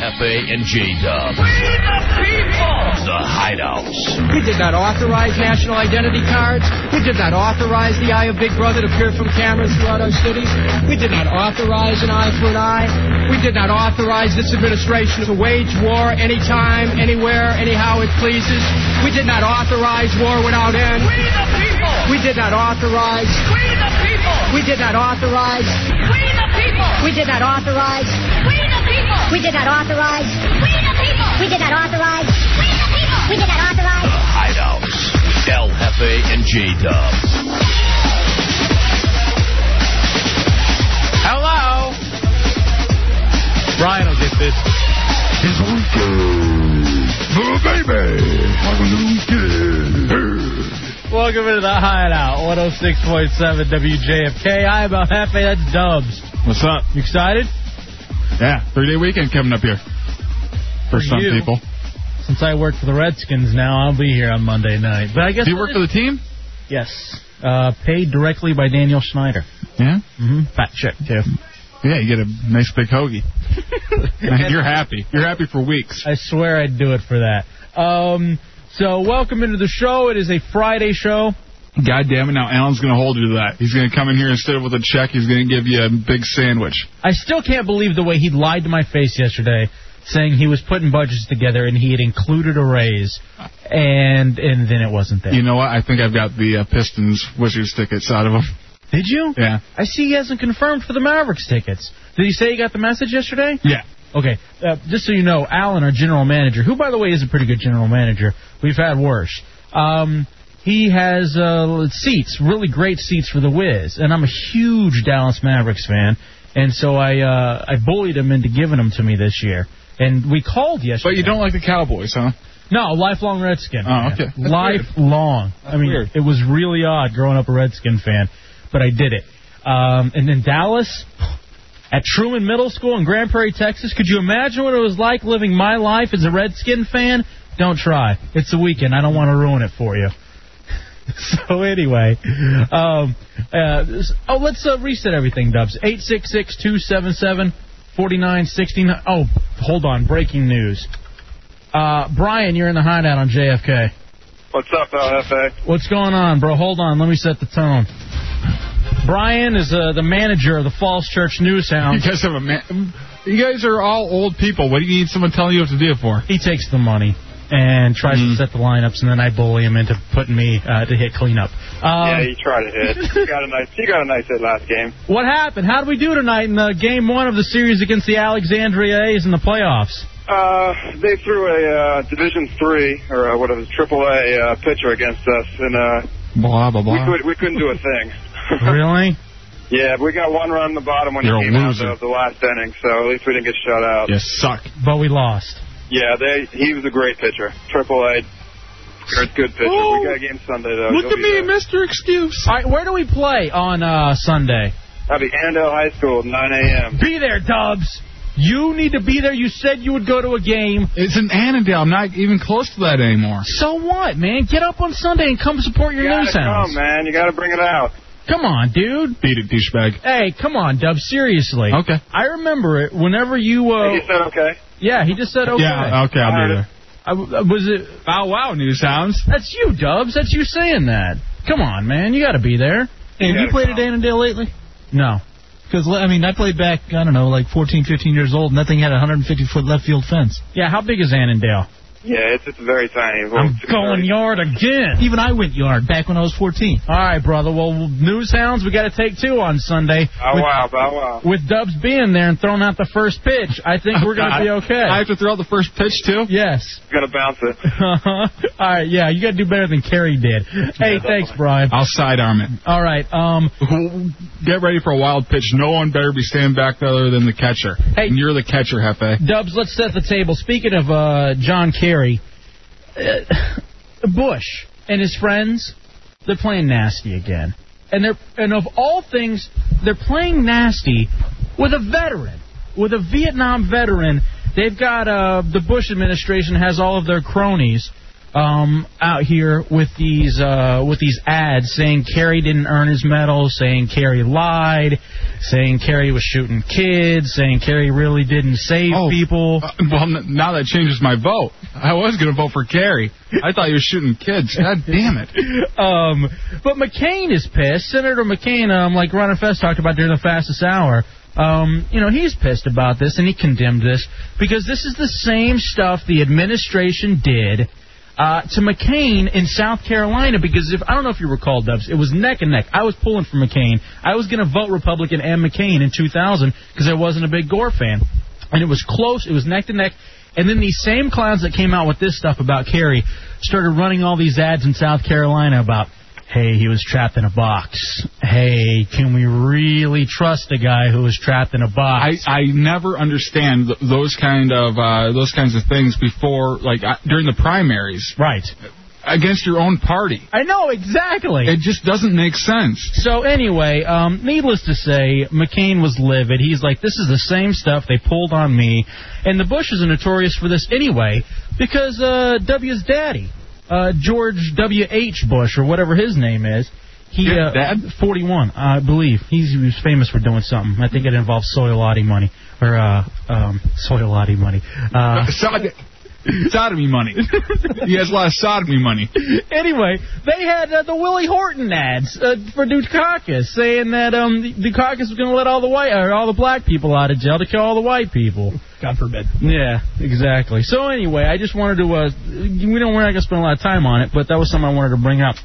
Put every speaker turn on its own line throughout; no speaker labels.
and
We
J-Dub.
the people!
The Hideouts.
We did not authorize national identity cards. We did not authorize the eye of Big Brother to peer from cameras throughout our cities. We did not authorize an eye for an eye. We did not authorize this administration to wage war anytime, anywhere, anyhow it pleases. We did not authorize war without end.
We the people!
We did not authorize.
We the people!
We did not authorize.
We the people!
We did not authorize.
We the people!
We did not authorize.
We the people!
We did not authorize.
We the people!
We did not
The
authorize.
Hideouts. El Jefe and J-Dub. Hello.
Brian will get this.
It's a weekend. Little baby. On a weekend.
Welcome into the Hideout, 106.7 WJFK. I am Hefe, that's Dubs.
What's up?
You excited?
Yeah, three-day weekend coming up here. For,
For
some
you.
people.
Since I work for the Redskins now, I'll be here on Monday night. But I guess
Do you work for the team?
yes, uh, paid directly by Daniel Schneider.
Yeah?
Mm-hmm. Fat check too.
Yeah, you get a nice big hoagie. And you're happy. You're happy for weeks.
I swear I'd do it for that. Um, so welcome into the show. It is a Friday show.
God damn it, now Alan's going to hold you to that. He's going to come in here instead of with a check, he's going to give you a big sandwich.
I still can't believe the way he lied to my face yesterday, saying he was putting budgets together and he had included a raise, and and then it wasn't there.
You know what? I think I've got the uh, Pistons Wizards tickets out of him.
Did you?
Yeah.
I see he hasn't confirmed for the Mavericks tickets. Did he say he got the message yesterday?
Yeah.
Okay, uh, just so you know, Allen, our general manager, who by the way is a pretty good general manager, we've had worse. Um, he has uh, seats, really great seats for the Wiz, and I'm a huge Dallas Mavericks fan, and so I uh, I bullied him into giving them to me this year. And we called yesterday.
But you don't like the Cowboys, huh?
No, lifelong Redskin.
Oh, okay. That's
Lifelong. I mean,
weird.
it was really odd growing up a Redskin fan, but I did it. Um, and then Dallas, at Truman Middle School in Grand Prairie, Texas, could you imagine what it was like living my life as a Redskin fan? Don't try. It's the weekend. I don't want to ruin it for you. So anyway, um, uh, this- oh, let's uh, reset everything, Dubs. 866-277-4969. Oh, hold on. Breaking news. Uh, Brian, you're in the hideout on JFK.
What's up, LFA?
What's going on, bro? Hold on. Let me set the tone. Brian is uh, the manager of the Falls Church
You
Newshound.
guys have a man. You guys are all old people. What do you need someone telling you what to do for? Mm.
He takes the money and tries to set the lineups, and then I bully him into putting me uh, to hit cleanup.
yeah,
Um,
you tried to hit. You got a nice. You got a nice hit last game.
What happened? How did we do tonight in uh, game one of the series against the Alexandria A's in the playoffs?
Uh, they threw a uh, Division Three or uh, what is it, Triple A uh, pitcher against us, and uh,
Blah blah
we
blah.
could we couldn't do a thing.
really?
yeah, but we got one run in the bottom when
You're a
he came out
loser.
of the last inning, so at least we didn't get shut out.
You suck.
But we lost.
Yeah, they he was a great pitcher. Triple A, good pitcher.
Oh.
we got a game Sunday though.
Look
You'll
at
be
me,
there.
Mr. Excuse.
All right, where do we play on uh, Sunday?
I'll be Annandale High School, 9 a.m.
Be there, Dubs. You need to be there. You said you would go to a game.
It's in Annandale. I'm not even close to that anymore.
So what, man? Get up on Sunday and come support your
You gotta come,
Newshounds.
man. You gotta bring it out.
Come on, dude.
Beat it, douchebag.
Hey, come on, Dub. Seriously.
Okay.
I remember it. Whenever you, uh,
And he said, okay.
yeah, he just said okay.
Yeah. Okay, I'll be there.
I, uh, was it?
Bow wow, Newshounds.
That's you, Dubs. That's you saying that. Come on, man. You got to be there.
have you played at
Annandale lately? No.
Because I mean, I played back I don't know, like 14, 15 years old. Nothing had a 150 foot left field fence.
Yeah, how big is Annandale?
Yeah, it's it's very tiny. Well,
I'm
it's
going
very-
yard again.
Even I went yard back when I was 14.
All right, brother. Well, news hounds, we got to take two on Sunday.
Bow
with,
wow, bow wow.
with Dubs being there and throwing out the first pitch, I think we're going to be okay.
I have to throw out the first pitch too.
yes.
Gonna bounce it.
All right. Yeah, you got to do better than Kerry did. Hey, thanks, Brian.
I'll sidearm it.
All right. Um.
Get ready for a wild pitch. No one better be standing back there other than the catcher.
Hey.
And you're the catcher, Hefe.
Dubs, let's set the table. Speaking of uh, John Kerry, uh, Bush and his friends, they're playing nasty again. And they're and of all things, they're playing nasty with a veteran, with a Vietnam veteran. They've got uh, the Bush administration has all of their cronies um, out here with these uh, with these ads saying Kerry didn't earn his medal, saying Kerry lied, saying Kerry was shooting kids, saying Kerry really didn't save
Oh.
people.
Uh, well, n- now that changes my vote. I was going to vote for Kerry. I thought you were shooting kids. God damn it.
um, but McCain is pissed. Senator McCain, um, like Ron and Fest talked about during the fastest hour, um, you know, he's pissed about this and he condemned this because this is the same stuff the administration did. Uh, to McCain in South Carolina because if I don't know if you recall Dubs, it was neck and neck. I was pulling for McCain. I was going to vote Republican and McCain in 2000 because I wasn't a big Gore fan and it was close. It was neck to neck. And then these same clowns that came out with this stuff about Kerry started running all these ads in South Carolina about, hey, he was trapped in a box. Hey, can we really trust a guy who was trapped in a
I,
box?
I never understand th- those kind of uh, those kinds of things before like I, during the primaries
right.
against your own party.
I know exactly.
It just doesn't make sense.
So anyway, um, needless to say, McCain was livid. He's like, "This is the same stuff they pulled on me," and the Bushes are notorious for this anyway, because uh, W's daddy, uh, George W. H. Bush or whatever his name is, he
Your
uh,
dad?
41, I believe. He's, he was famous for doing something. I think it involved Soilati money or uh, um, Soilati money. Uh,
Sod- sodomy money. he has a lot of sodomy money.
anyway, they had uh, the Willie Horton ads uh, for Dukakis, saying that um, Dukakis was going to let all the white or all the black people out of jail to kill all the white people.
God forbid.
Yeah, exactly. So anyway, I just wanted to. Uh, we don't. We're not going to spend a lot of time on it, but that was something I wanted to bring up.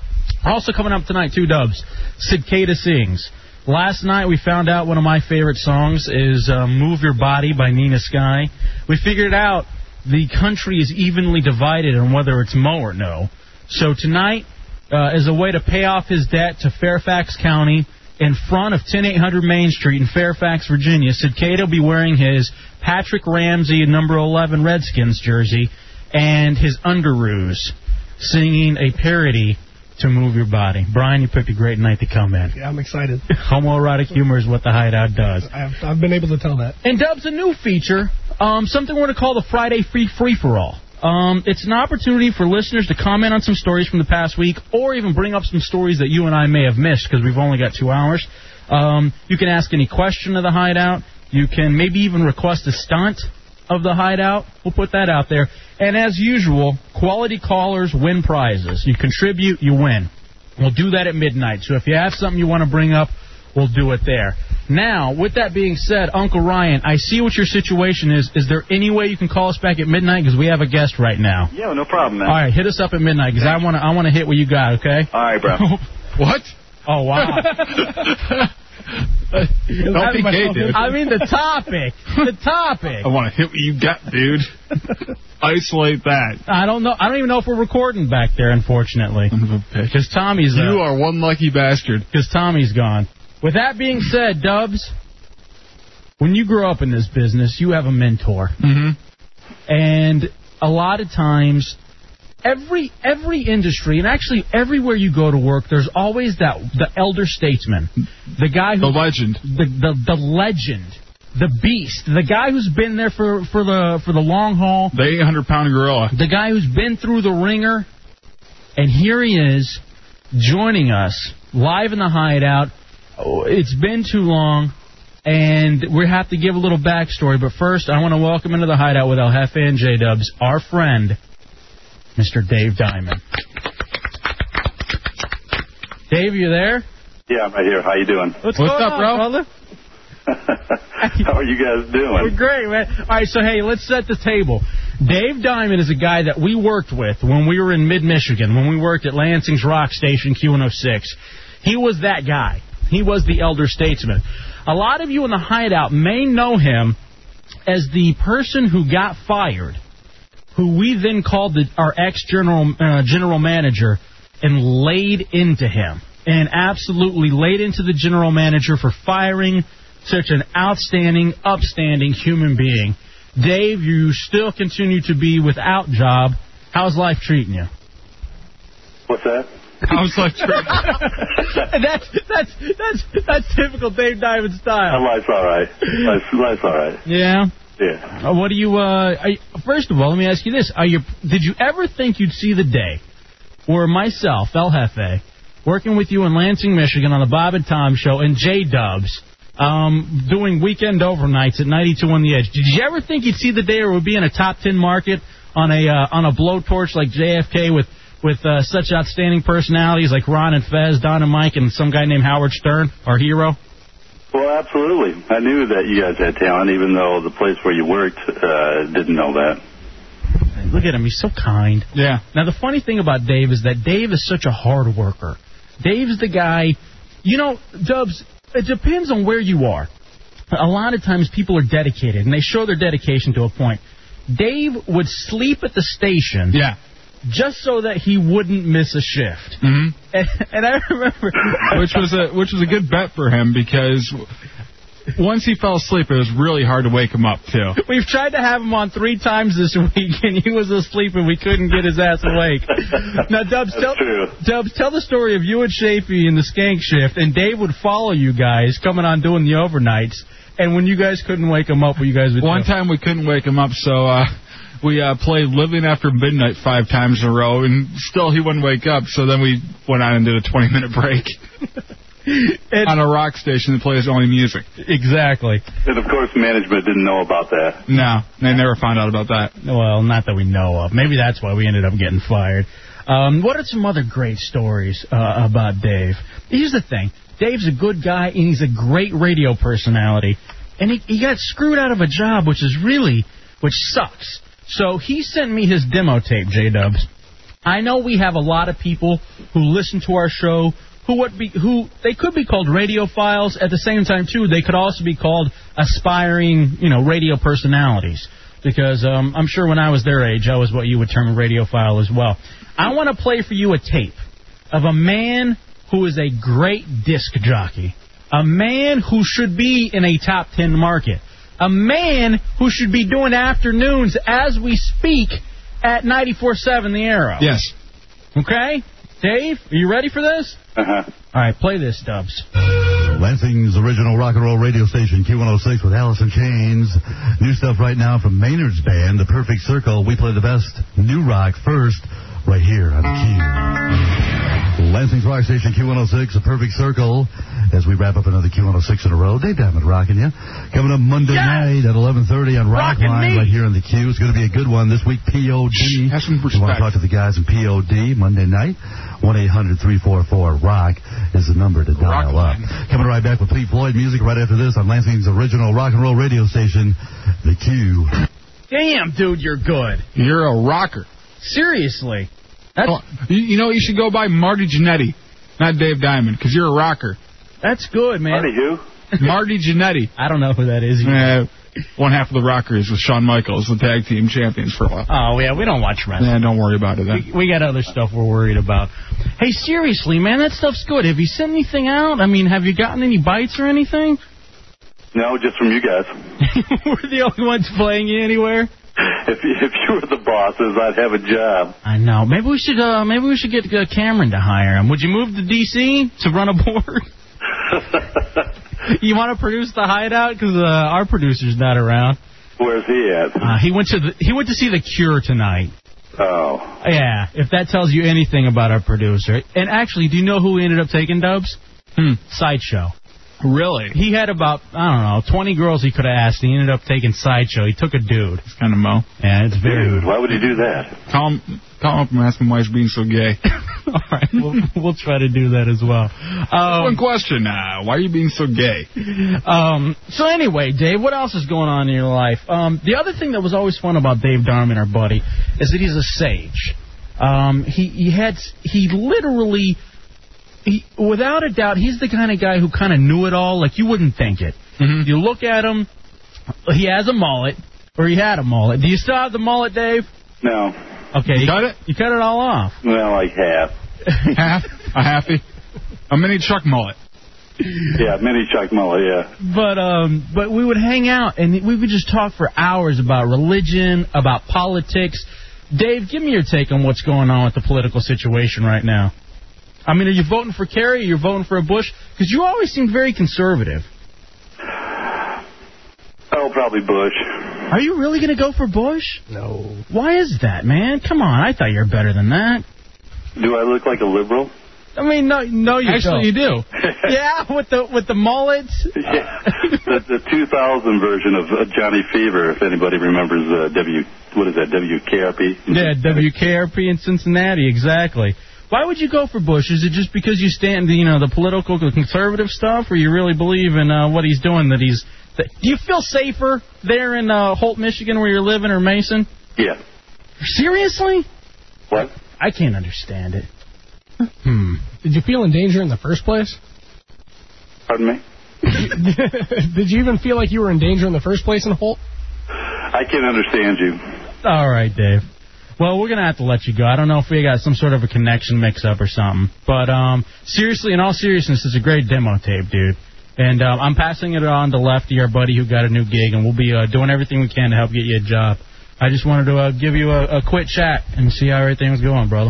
Also coming up tonight, two dubs. Cicada sings. Last night we found out one of my favorite songs is uh, "Move Your Body" by Nina Sky. We figured out the country is evenly divided on whether it's Mo or no. So tonight, uh, as a way to pay off his debt to Fairfax County in front of 10800 Main Street in Fairfax, Virginia, Cicada will be wearing his Patrick Ramsey number 11 Redskins jersey and his underoos, singing a parody to Move Your Body. Brian, you picked a great night to come in.
Yeah, I'm excited.
Homoerotic humor is what the hideout does.
I've, I've been able to tell that.
And Dub's a new feature, um, something we're going to call the Friday Free Free for All. Um, it's an opportunity for listeners to comment on some stories from the past week, or even bring up some stories that you and I may have missed because we've only got two hours. Um, you can ask any question of the Hideout. You can maybe even request a stunt of the Hideout. We'll put that out there. And as usual, quality callers win prizes. You contribute, you win. We'll do that at midnight. So if you have something you want to bring up, we'll do it there. Now, with that being said, Uncle Ryan, I see what your situation is. Is there any way you can call us back at midnight? Because we have a guest right now.
Yeah, no problem, man.
All right, hit us up at midnight because I want to I want to hit what you got. Okay.
All right, bro.
What?
Oh wow.
Don't be gay, dude.
I mean the topic. The topic.
I want to hit what you got, dude. Isolate that.
I don't know. I don't even know if we're recording back there, unfortunately,
Son of a bitch.
because Tommy's uh,
You are one lucky bastard.
because Tommy's gone. With that being said, Dubs, when you grow up in this business, you have a mentor,
Mm-hmm.
and a lot of times, every every industry and actually everywhere you go to work, there's always that the elder statesman, the guy
The
who
legend.
the the, the legend. The beast, the guy who's been there for, for the for the long haul,
The 800 pound gorilla.
the guy who's been through the ringer, and here he is joining us live in the hideout. Oh, It's been too long, and we have to give a little backstory. But first, I want to welcome into the hideout with El Jefe and J Dubs our friend, Mr. Dave Diamond. Dave, you there?
Yeah, I'm right here. How you doing?
What's
What's, going
up,
on,
bro?
brother?
How are you guys
We're
doing?
great, man. All right, so hey, let's set the table. Dave Diamond is a guy that we worked with when we were in mid Michigan, when we worked at Lansing's Rock Station Q106. He was that guy. He was the elder statesman. A lot of you in the hideout may know him as the person who got fired, who we then called the, our ex general uh, general manager and laid into him, and absolutely laid into the general manager for firing such an outstanding, upstanding human being. Dave, you still continue to be without job. How's life treating you?
What's that?
I was like, "Trick."
That's that's that's that's typical Dave Diamond
My
style.
life's all right. Life's, life's all right.
Yeah.
Yeah.
Uh, what do you? Uh, are you- first of all, let me ask you this: Are you? Did you ever think you'd see the day where myself, El Jefe, working with you in Lansing, Michigan, on the Bob and Tom show, and J Dubs, um, doing weekend overnights at 92 on the Edge? Did you ever think you'd see the day where we'd be in a top 10 market on a uh, on a blowtorch like JFK with? With uh, such outstanding personalities like Ron and Fez, Don and Mike, and some guy named Howard Stern, our hero.
Well, absolutely. I knew that you guys had talent, even though the place where you worked uh, didn't know that.
Look at him, he's so kind.
Yeah.
Now the funny thing about Dave is that Dave is such a hard worker. Dave's the guy, you know, Dubs. It depends on where you are. A lot of times people are dedicated and they show their dedication to a point. Dave would sleep at the station
Yeah.
just so that he wouldn't miss a shift.
hmm
And, and I remember,
which was a which was a good bet for him because once he fell asleep, it was really hard to wake him up too.
We've tried to have him on three times this week, and he was asleep, and we couldn't get his ass awake. now, Dubs, tell
true.
Dubs, tell the story of you and Shafee in the Skank shift, and Dave would follow you guys coming on doing the overnights. And when you guys couldn't wake him up, what you guys would
One
do?
time we couldn't wake him up, so uh, we uh, played Living After Midnight five times in a row, and still he wouldn't wake up. So then we went on and did a 20 minute break
And-
on a rock station that plays only music.
exactly.
And of course, management didn't know about that.
No, they never found out about that.
Well, not that we know of. Maybe that's why we ended up getting fired. Um, what are some other great stories uh, about Dave? Here's the thing: Dave's a good guy, and he's a great radio personality. And he, he got screwed out of a job, which is really, which sucks. So he sent me his demo tape, J Dubs. I know we have a lot of people who listen to our show who would be who they could be called radiophiles at the same time too they could also be called aspiring you know radio personalities because um, I'm sure when I was their age I was what you would term a radiophile as well. I want to play for you a tape of a man who is a great disc jockey, a man who should be in a top 10 market, a man who should be doing afternoons as we speak at 94.7 The Arrow.
Yes.
Okay? Dave, are you ready for this?
Uh-huh.
All right, play this, Dubs.
Lansing's original rock and roll radio station, Q106 with Alice in Chains. New stuff right now from Maynard's band, The Perfect Circle. We play the best new rock first, right here on Q. Lansing's rock station, Q106, The Perfect Circle. As we wrap up another Q106 in a row, Dave Diamond rocking you. Coming up Monday night at 11.30 on Rock
Rockin'
Line
me.
right here on the Q. It's going to be a good one this week, POD.
Shh, have some
You want to
respect.
talk to the guys in POD Monday night? 1-800-344-ROCK is the number to dial
Rockline.
up. Coming right back with Pink Floyd music right after this on Lansing's original rock and roll radio station, The Q.
Damn, dude, you're good.
You're a rocker.
Seriously. That's,
Oh, you, you know, you should go by Marty Jannetty, not Dave Diamond, because you're a rocker.
that's good, man.
Marty, who?
Marty Jannetty.
I don't know who that is.
Uh, one half of the Rockers with Shawn Michaels, the tag team champions for a while.
Oh, yeah, we don't watch wrestling.
Yeah, don't worry about it then.
We, we got other stuff we're worried about. Hey, seriously, man, that stuff's good. Have you sent anything out? I mean, have you gotten any bites or anything?
No, just from you guys.
we're the only ones playing you anywhere.
If you, if you were the bosses, I'd have a job.
I know. Maybe we should. Uh, maybe we should get uh, Cameron to hire him. Would you move to D.C. to run a board? you want to produce the hideout because uh, our producer's not around.
Where's he at?
Uh, he went to the, he went to see The Cure tonight.
Oh,
Yeah, if that tells you anything about our producer. And actually, do you know who we ended up taking dubs? Hmm, sideshow.
Really?
He had about I don't know twenty girls he could have asked. And he ended up taking sideshow. He took a dude.
It's kind of mo.
Yeah, it's very.
dude, why would you do that?
Call him, call him up and ask him why he's being so gay.
All right, we'll, we'll try to do that as well. Um,
One question. Uh, why are you being so gay?
Um, so anyway, Dave, what else is going on in your life? Um, the other thing that was always fun about Dave Darman, our buddy, is that he's a sage. Um, he he had he literally, he, without a doubt, he's the kind of guy who kind of knew it all. Like you wouldn't think it. You look at him, he has a mullet, or he had a mullet. Do you still have the mullet, Dave?
No,
Okay,
cut it?
You cut it all off.
well, like half.
Half? A halfy? A mini Chuck mullet.
Yeah, mini Chuck Muller, yeah.
But um, but we would hang out and we would just talk for hours about religion, about politics. Dave, give me your take on what's going on with the political situation right now. I mean, are you voting for Kerry? Or you're voting for a Bush? Because you always seem very conservative.
Oh, probably Bush.
Are you really going to go for Bush?
No.
Why is that, man? Come on, I thought you were better than that.
Do I look like a liberal?
I mean, no, no, you
Actually,
don't. you do. yeah, with the with the mullets.
Yeah. the, the 2000 version of uh, Johnny Fever, if anybody remembers uh, W, what is that, WKRP?
Yeah, WKRP in Cincinnati, exactly. Why would you go for Bush? Is it just because you stand, you know, the political, the conservative stuff, or you really believe in uh, what he's doing? That he's, that, do you feel safer there in uh, Holt, Michigan, where you're living, or Mason?
Yeah.
Seriously?
What?
I can't understand it.
Hmm. Did you feel in danger in the first place?
Pardon me?
Mm-hmm. Did you even feel like you were in danger in the first place in Holt?
I can't understand you.
All right, Dave. Well, we're gonna have to let you go. I don't know if we got some sort of a connection mix-up or something, but um, seriously, in all seriousness, it's a great demo tape, dude. And um, I'm passing it on to Lefty, our buddy who got a new gig, and we'll be uh, doing everything we can to help get you a job. I just wanted to uh, give you a, a quick chat and see how everything was going, brother.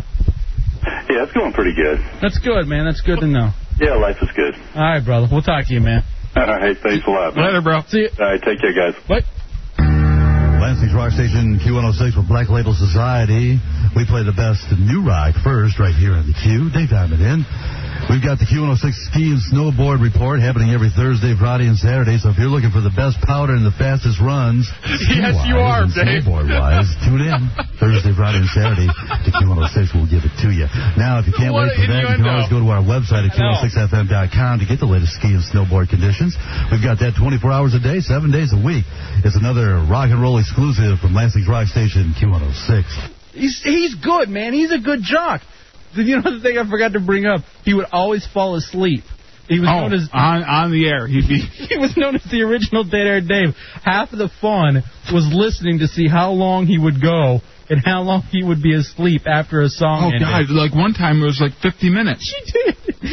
Yeah, it's going pretty good.
That's good, man. That's good to know.
Yeah, life is good.
All right, brother. We'll talk to you, man.
All right, thanks a lot. Man.
Later, bro. See you.
All right, take care, guys.
What?
Lansing's Rock Station Q106 with Black Label Society. We play the best new rock first right here on the Q. Dave Diamond in. We've got the Q106 Ski and Snowboard Report happening every Thursday, Friday, and Saturday. So if you're looking for the best powder and the fastest runs,
Yes,
ski-wise
you are,
and
Dave.
Snowboard-wise, tune in Thursday, Friday, and Saturday. The Q106 will oh give it to you. Now, if you can't
What
wait for
an
that, you can
innuendo.
always go to our website at Q106FM.com to get the latest ski and snowboard conditions. We've got that 24 hours a day, seven days a week. It's another rock and roll exclusive from Lansing's Rock Station Q106.
He's he's good, man. He's a good jock. Did you know the thing I forgot to bring up? He would always fall asleep. He was
Oh,
known as
on on the air. He'd be
he was known as the original Dead Air Dave. Half of the fun was listening to see how long he would go and how long he would be asleep after a
Oh
song ended.
God! Like one time, it was like 50 minutes.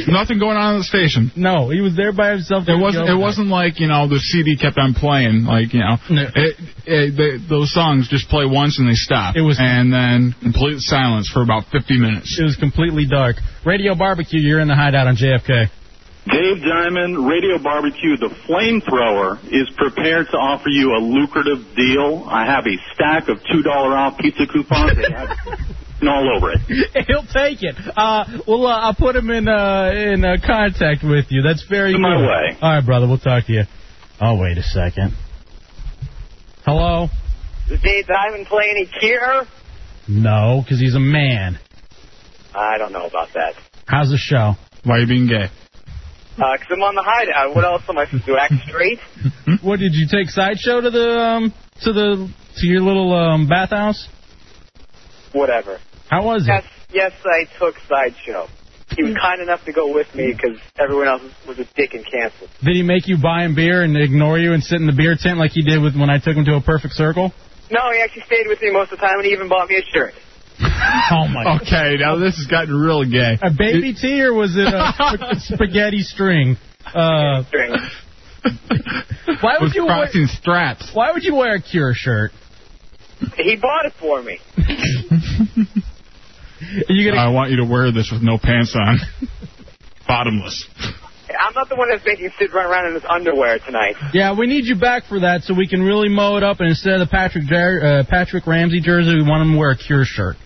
Nothing going on in the station.
No, he was there by himself.
It wasn't. It
overnight.
wasn't like you know the CD kept on playing. Like you know, it, it, they, those songs just play once and they stop. It was and then complete silence for about 50 minutes.
It was completely dark. Radio Barbecue, you're in the hideout on JFK.
Dave Diamond, Radio Barbecue, the flamethrower, is prepared to offer you a lucrative deal. I have a stack of $2 off pizza coupons. They have
Uh,
written all over it.
He'll take it. Uh, well, uh, I'll put him in uh, in uh, contact with you. That's very
In
good.
my way.
All right, brother. We'll talk to you. Oh, wait a second. Hello?
Does Dave Diamond play any cure?
No, because he's a man.
I don't know about that.
How's the show?
Why are you being gay?
Because Uh, I'm on the hideout. What else am I supposed to do? Act straight?
What did you take sideshow to the um to the to your little um bathhouse?
Whatever.
How was it?
Yes, I took Sideshow. He was kind enough to go with me because everyone else was a dick and canceled.
Did he make you buy him beer and ignore you and sit in the beer tent like he did with when I took him to a perfect circle?
No, he actually stayed with me most of the time and he even bought me a shirt.
Oh my.
Okay, now this has gotten real gay.
A baby tea or was it a sp- spaghetti string? Uh, why would
With
you wear,
crossing straps?
Why would you wear a Cure shirt?
He bought it for me.
I want you to wear this with no pants on, bottomless.
I'm not the one that's making Sid run around in his underwear tonight.
Yeah, we need you back for that so we can really mow it up. And instead of the Patrick Jer- uh, Patrick Ramsey jersey, we want him to wear a Cure shirt.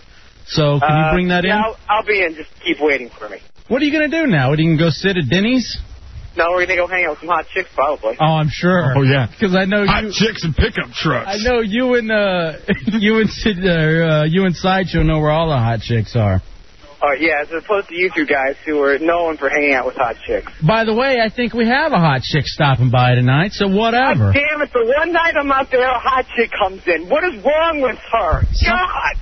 So Oh, can you
Uh,
bring that
yeah,
in?
I'll, I'll be in. Just keep waiting for me.
What are you gonna do now? Are you gonna go sit at Denny's?
No, we're going to go hang out with some hot chicks probably.
Oh, I'm sure.
Oh yeah.
Because I know
Hot
you.
chicks and pickup trucks.
I know you and uh, you and Sid, uh, uh, you and Sideshow know where all the hot chicks are.
All right, Uh, yeah, as opposed to you two guys who are known for hanging out with hot chicks.
By the way, I think we have a hot chick stopping by tonight, so whatever.
Damn it, the one night I'm out there, a hot chick comes in. What is wrong with her? God!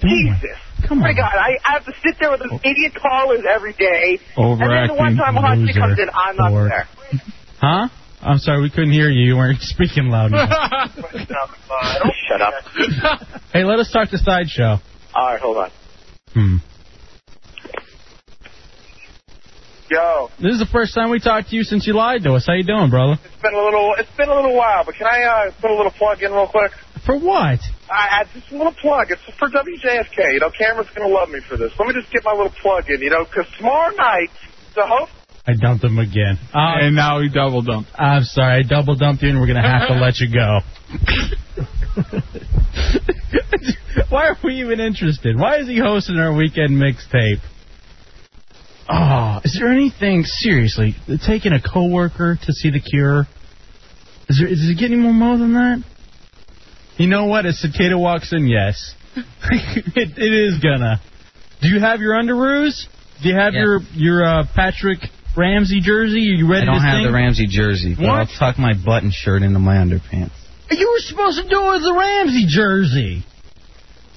Jesus.
Come Oh.
My God, I, I have to sit there with those idiot callers every day. And then the one
Overacting
time a hot chick
loser.
comes in, I'm not
Whore.
there.
Huh? I'm sorry, we couldn't hear you. You weren't speaking loud enough.
Shut up.
hey, let us talk to Sideshow.
All right, hold on.
Hmm.
Yo,
This is the first time we talked to you since you lied to us. How you doing, brother?
it's been a little it's been a little while, but can I uh, put a little plug in real quick?
For what?
I, I just a little plug. It's for WJFK. You know, Cameron's gonna love me for this. Let me just get my little plug in. You know, 'cause tomorrow night the host
I dumped him again.
and now he double dumped.
I'm sorry, I double dumped you, and we're gonna have to let you go. Why are we even interested? Why is he hosting our weekend mixtape? Oh, is there anything seriously taking a coworker to see the Cure? Is there? Is it getting more mo than that? You know what? As Cicada walks in, yes, it, it is gonna. Do you have your underoos? Do you have your your uh, Patrick Ramsey jersey? Are you ready?
I don't
to
have
sing?
the Ramsey jersey, but
What?
I'll tuck my button shirt into my underpants.
You were supposed to do it with the Ramsey jersey.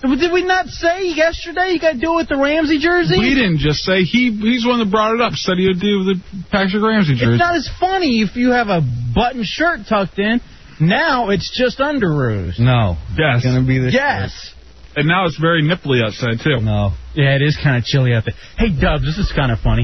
Did we not say yesterday you got to do it with the Ramsey jersey?
We didn't just say he. He's the one that brought it up. Said he would do the Patrick Ramsey jersey.
It's not as funny if you have a button shirt tucked in. Now it's just underoos.
No.
Yes.
gonna be the
Yes.
And now it's very nipply outside too.
No.
Yeah, it is kind of chilly out there. Hey, Dubs, this is kind of funny.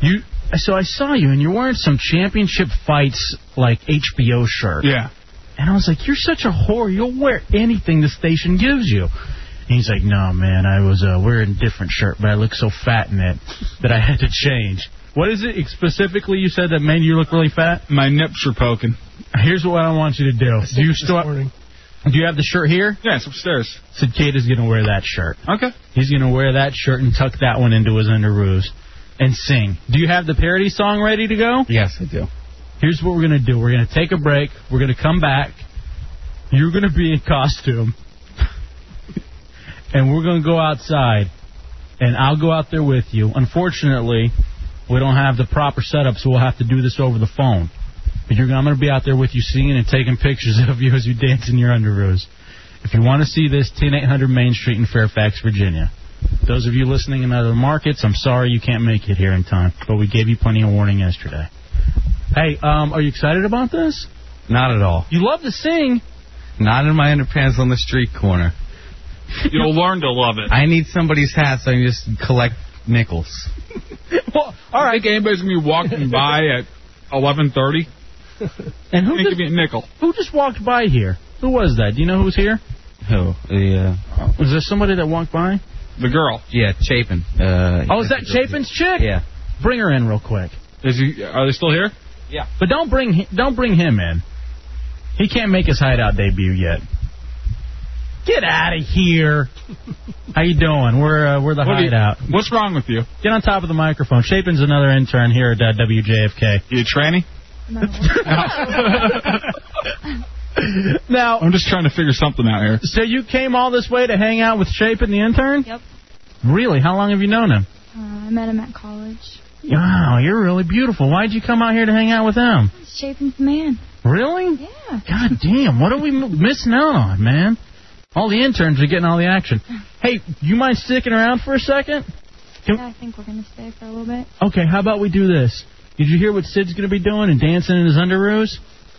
You. So I saw you, and you're wearing some championship fights like HBO shirt.
Yeah.
And I was like, you're such a whore. You'll wear anything the station gives you. And he's like, no, man, I was uh, wearing a different shirt, but I look so fat in it that I had to change. What is it specifically you said that made you look really fat?
My nips are poking.
Here's what I want you to do. Do you still? Do you have the shirt here?
Yeah, it's upstairs.
Cicada's gonna wear that shirt.
Okay.
He's gonna wear that shirt and tuck that one into his underoos and sing. Do you have the parody song ready to go?
Yes, I do.
Here's what we're gonna do. We're gonna take a break. We're gonna come back. You're gonna be in costume, and we're gonna go outside, and I'll go out there with you. Unfortunately, we don't have the proper setup, so we'll have to do this over the phone. But you're, I'm gonna be out there with you singing and taking pictures of you as you dance in your underoos. If you want to see this, 10800 Main Street in Fairfax, Virginia. Those of you listening in other markets, I'm sorry you can't make it here in time, but we gave you plenty of warning yesterday. Hey, um, are you excited about this?
Not at all.
You love to sing.
Not in my underpants on the street corner.
You'll learn to love it.
I need somebody's hat so I can just collect nickels.
well, all right.
I think anybody's gonna be walking by at 11:30.
And who
just, give me a nickel?
Who just walked by here? Who was that? Do you know who was here?
Who? The, uh,
Was there somebody that walked by?
the girl.
Yeah, Chapin. Uh,
Oh, is that Chapin's chick?
Yeah.
Bring her in real quick.
Is he? Are they still here?
Yeah.
But don't bring hi- don't bring him in. He can't make his hideout debut yet. Get out of here. How you doing? We're uh, we're the
What do you-
hideout.
What's wrong with you?
Get on top of the microphone. Chapin's another intern here at uh, WJFK.
You tranny?
Now
I'm just trying to figure something out here.
So you came all this way to hang out with Chapin, the intern?
Yep.
Really? How long have you known him?
Uh, I met him at college.
Wow, you're really beautiful. Why'd you come out here to hang out with him?
He's Chapin's the man.
Really?
Yeah.
God damn, what are we m- missing out on, man? All the interns are getting all the action. Hey, you mind sticking around for a second?
Yeah, I think we're gonna stay for a little bit.
Okay, how about we do this? Did you hear what Sid's going to be doing and dancing in his underoos?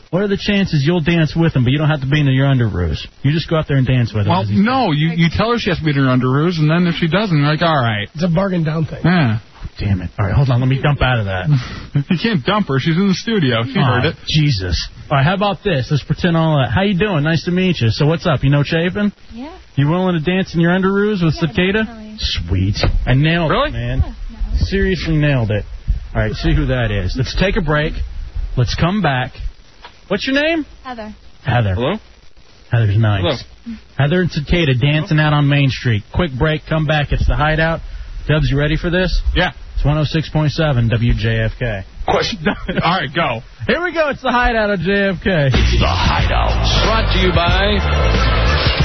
What are the chances you'll dance with him, but you don't have to be in your underoos? You just go out there and dance with him.
Well, no. You you tell her she has to be in her underoos, and then if she doesn't, you're like, all right.
It's a bargain down thing.
Yeah.
Damn it. All right, hold on. Let me dump out of that.
You can't dump her. She's in the studio. She heard
Aw,
it.
Jesus. All right, how about this? Let's pretend all that. How you doing? Nice to meet you. So what's up? You know Chapin?
Yeah.
You willing to dance in your underoos with Cicada? Sweet. I nailed it, man. Seriously nailed it. All right, see who that is. Let's take a break. Let's come back. What's your name?
Heather.
Heather.
Hello?
Heather's nice.
Hello.
Heather and Cicada dancing out on Main Street. Quick break, come back. It's the hideout. Dubs, you ready for this?
Yeah.
It's 106.7 WJFK.
Question. All right, go.
Here we go. It's the hideout of JFK.
The Hideouts.
Brought to you by.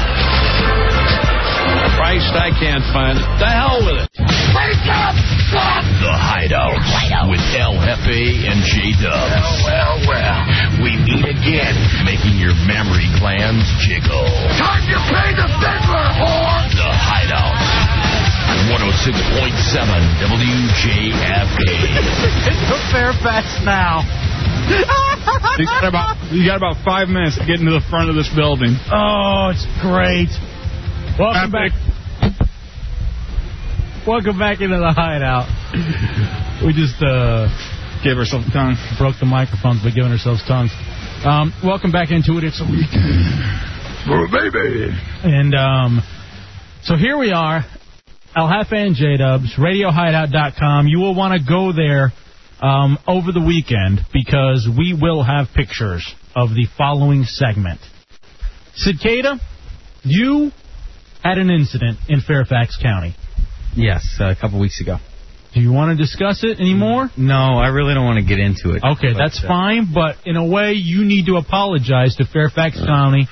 Christ, I can't find it. The hell with it.
Wake up!
The Hideouts. With L, Hefe, and J Dub. Well, well, well. We meet again. Making your memory glands jiggle. Time to pay the fiddler, whore! The Hideouts. 106.7 WJFK.
the Fairfax now.
You got about you got about five minutes to get into the front of this building.
Oh, it's great. Welcome back. Welcome back into the hideout. We just uh,
Give herself tongue.
broke the microphones by giving ourselves tongues. Um, welcome back into it. It's a week.
Oh, baby.
And um, so here we are, El Jefe and J Dubs, RadioHideout.com. You will want to go there um, over the weekend because we will have pictures of the following segment. Cicada, you had an incident in Fairfax County.
Yes, uh, a couple weeks ago.
Do you want to discuss it anymore?
No, I really don't want to get into it.
Okay,
But,
that's
uh,
fine, but in a way, you need to apologize to Fairfax County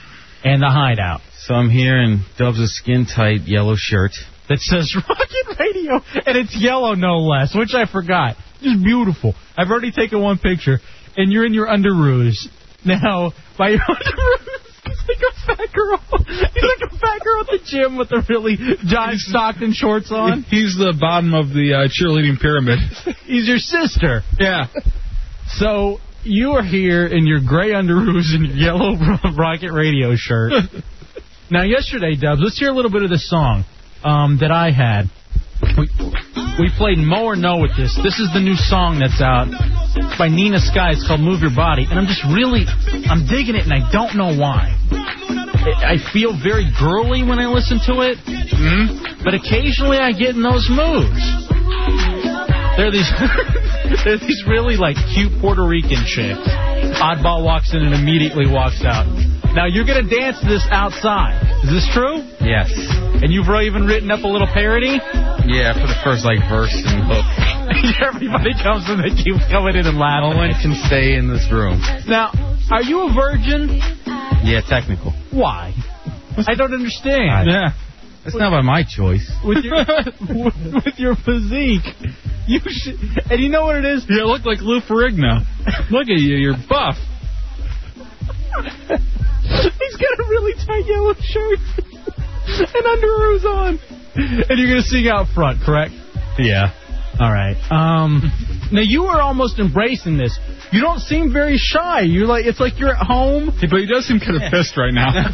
and the hideout.
So I'm here in Dub's a skin tight yellow shirt.
That says Rocket Radio, and it's yellow no less, which I forgot. Just beautiful. I've already taken one picture, and you're in your underoos. Now, by your underoos, it's like a fat girl. He's like a fat girl at the gym with the really John Stockton shorts on.
He's the bottom of the uh, cheerleading pyramid.
He's your sister.
Yeah.
So you are here in your gray underoos and your yellow Rocket Radio shirt. now, yesterday, Dubs, let's hear a little bit of this song um, that I had. We, we played Mo or No with this. This is the new song that's out It's by Nina Sky. It's called Move Your Body, and I'm just really, I'm digging it, and I don't know why. I I feel very girly when I listen to it, hmm? but occasionally I get in those moods. There are these there are these really like cute Puerto Rican chicks. Oddball walks in and immediately walks out. Now you're gonna dance this outside. Is this true?
Yes.
And you've even written up a little parody.
Yeah, for the first like verse and hook.
Everybody comes and they keep coming in and laughing.
No one can stay in this room.
Now, are you a virgin?
Yeah, technical.
Why? I don't understand.
Yeah. It's not by my choice.
with your with your physique. You should, and you know what it is.
You look like Lou Ferrigno. Look at you, you're buff.
He's got a really tight yellow shirt and underoos on. And you're gonna sing out front, correct?
Yeah.
All right. Um, now you are almost embracing this. You don't seem very shy. You like it's like you're at home.
But he does seem kind of pissed right now.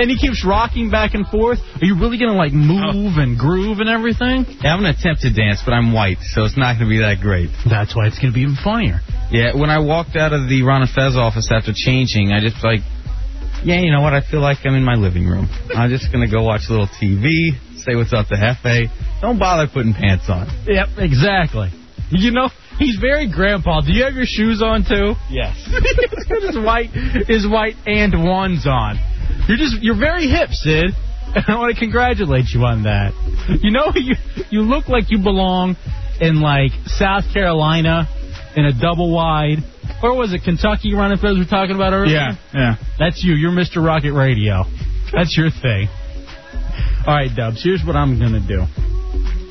and he keeps rocking back and forth. Are you really gonna like move
Oh.
and groove and everything?
Yeah, I'm gonna attempt to dance, but I'm white, so it's not gonna be that great.
That's why it's gonna be even funnier.
Yeah, when I walked out of the Ron and Fez office after changing, I just like, yeah, you know what? I feel like I'm in my living room. I'm just gonna go watch a little TV, say what's up to Hefe. Don't bother putting pants on.
Yep, exactly. You know, he's very grandpa. Do you have your shoes on too?
Yes.
He's got his white, his white and ones on. You're just, you're very hip, Sid. And I want to congratulate you on that. You know, you you look like you belong in like South Carolina in a double wide, or was it Kentucky running feds we were talking about earlier?
Yeah, yeah.
That's you. You're Mr. Rocket Radio. That's your thing. All right, Dubs, here's what I'm going to do.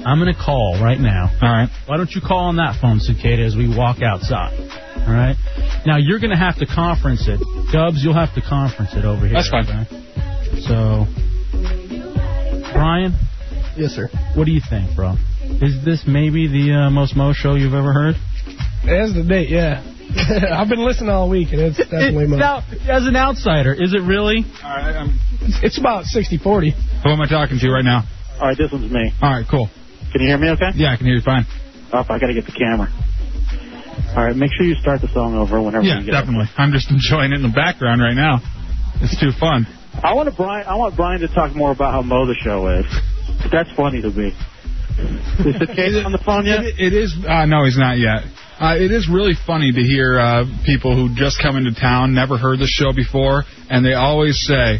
I'm going to call right now. All right. Why don't you call on that phone, Cicada, as we walk outside? All right. Now, you're going to have to conference it. Dubs, you'll have to conference it over here.
That's fine.
okay? So, Brian? Yes, sir. What do you think, bro? Is this maybe the uh, most Mo show you've ever heard?
That's the date, yeah. I've been listening all week, and it's definitely
It-
my.
now, as an outsider, is it really?
All right, I'm...
It's about 60-40.
Who am I talking to right now?
All right, this one's me.
All right, cool.
Can you hear me okay?
Yeah, I can hear you fine.
Oh, I got to get the camera. All right, make sure you start the song over whenever
Yeah,
you get
definitely. I'm just enjoying it in the background right now. It's too fun.
it. I want to Brian. I want Brian to talk more about how Mo the show is. That's funny to me. Is the case on the phone yet?
It is. Uh, no, he's not yet. Uh, it is really funny to hear uh, people who just come into town, never heard the show before, and they always say,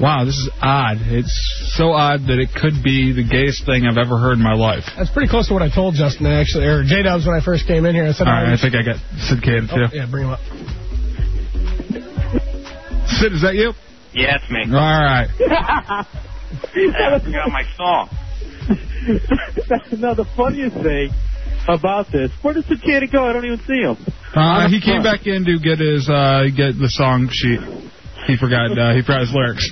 "Wow, this is odd. It's so odd that it could be the gayest thing I've ever heard in my life."
That's pretty close to what I told Justin, actually, or J Dubs when I first came in here. I said,
All
I
right, I
was-
think I got Sid Cade
Oh,
too.
yeah, bring him up.
Sid, is that you?
Yeah, it's me.
All right.
I forgot my song.
now the funniest thing about this, where does the kid go? I don't even see him.
Uh, he came back in to get his uh, get the song sheet. He forgot. Uh, he forgot his lyrics.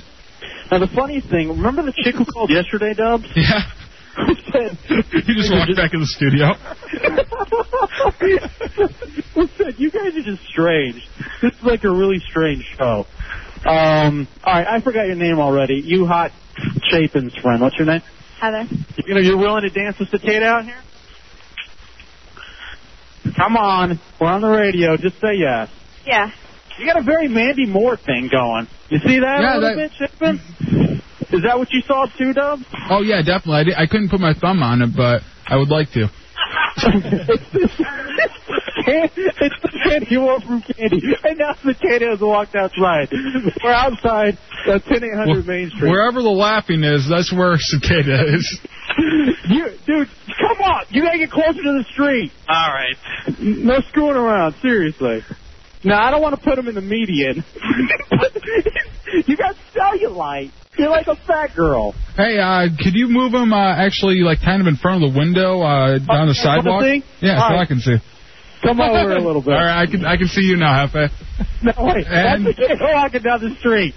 Now the funniest thing, remember the chick who called yesterday, Dubs?
Yeah.
Who said?
He just walked back in the studio.
Who said you guys are just strange? This is like a really strange show. Um, all right, I forgot your name already. You hot Chapin's friend. What's your name?
Heather.
You know, you're willing to dance with Cicada out here? Come on, we're on the radio. Just say yes.
Yeah.
You got a very Mandy Moore thing going. You see that
Yeah,
a little
that-
bit, Chapin? Is that what you saw too, Dub?
Oh yeah, definitely. I, di- I couldn't put my thumb on it, but I would like to.
can. It's the candy war from candy, and now the candy has walked outside. We're outside uh, 10800 Main Street.
Wherever the laughing is, that's where cicada is.
You, dude, come on! You gotta get closer to the street.
Uh,
All right.
No screwing around, seriously. No, I don't want to put him in the median. you got cellulite. You're like a fat girl.
Hey, uh, could you move him uh, actually like kind of in front of the window uh, down the
yeah, wanna
sidewalk?
see?
Yeah, so
All
I
right.
can see.
Come over a little bit.
All right, I can I can see you now, Hefe.
No, wait.
And-
That's the kid walking down the street.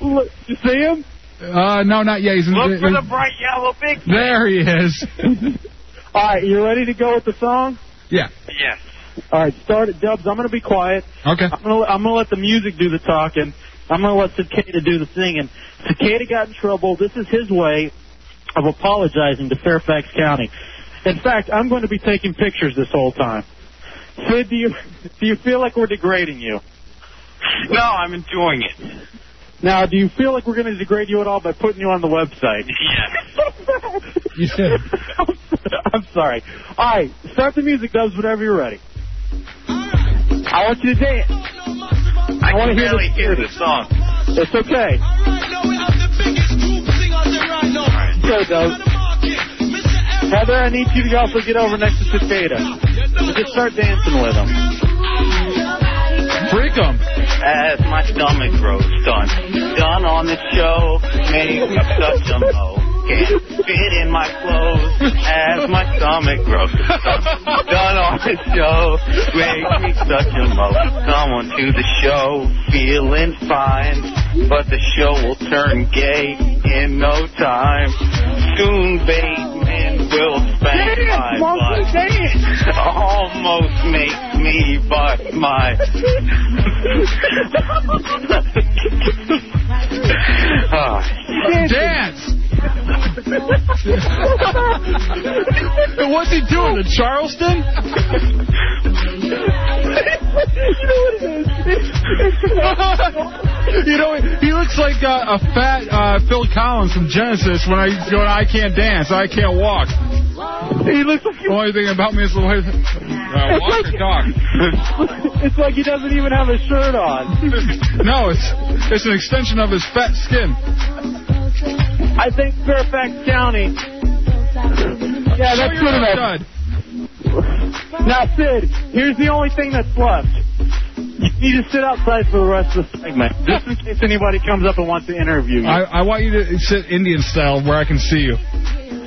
Look, you see him?
Uh, no, not yet. He's in
Look for the
bright yellow big.
There he is.
All right, you ready to go with the song?
Yeah.
Yes.
All right, start it, Dubs. I'm gonna be quiet.
Okay.
I'm gonna I'm gonna let the music do the talking. I'm gonna let Cicada do the singing. Cicada got in trouble. This is his way of apologizing to Fairfax County. In fact, I'm going to be taking pictures this whole time. Sid, do you do you feel like we're degrading you?
No, I'm enjoying it.
Now, do you feel like we're going to degrade you at all by putting you on the website?
you should.
I'm sorry. All right, start the music, Dubs, whenever you're ready. I want you to dance.
I,
wanna
can
hear
barely
this-
hear the song.
It's okay. Go, Dubs. Heather, I need you to also get over next to Cicada. And Just start dancing with him.
Freak him.
As my stomach grows done, done on the show, make me such a mo. Can't fit in my clothes as my stomach grows done, done on the show, make me such a mo. Come on to the show, feeling fine, but the show will turn gay in no time. Soon, Bateman will spank my butt. Oh, Almost makes me bust my. Ah,
Dance. What's he doing? The Charleston? you know, he looks like uh, a fat uh, Phil Collins from Genesis when I go, I can't dance, I can't walk.
He looks like
the only thing about me is the way uh,
It's
walk
like-
or talk.
It's like he doesn't even have a shirt on.
No, it's it's an extension of his fat skin.
I think Fairfax County. Yeah, that's
Show
good
your stud.
enough. Now, Sid, here's the only thing that's left. You need to sit outside for the rest of the segment, just in case anybody comes up and wants to interview you.
I, I want you to sit Indian style where I can see you.
All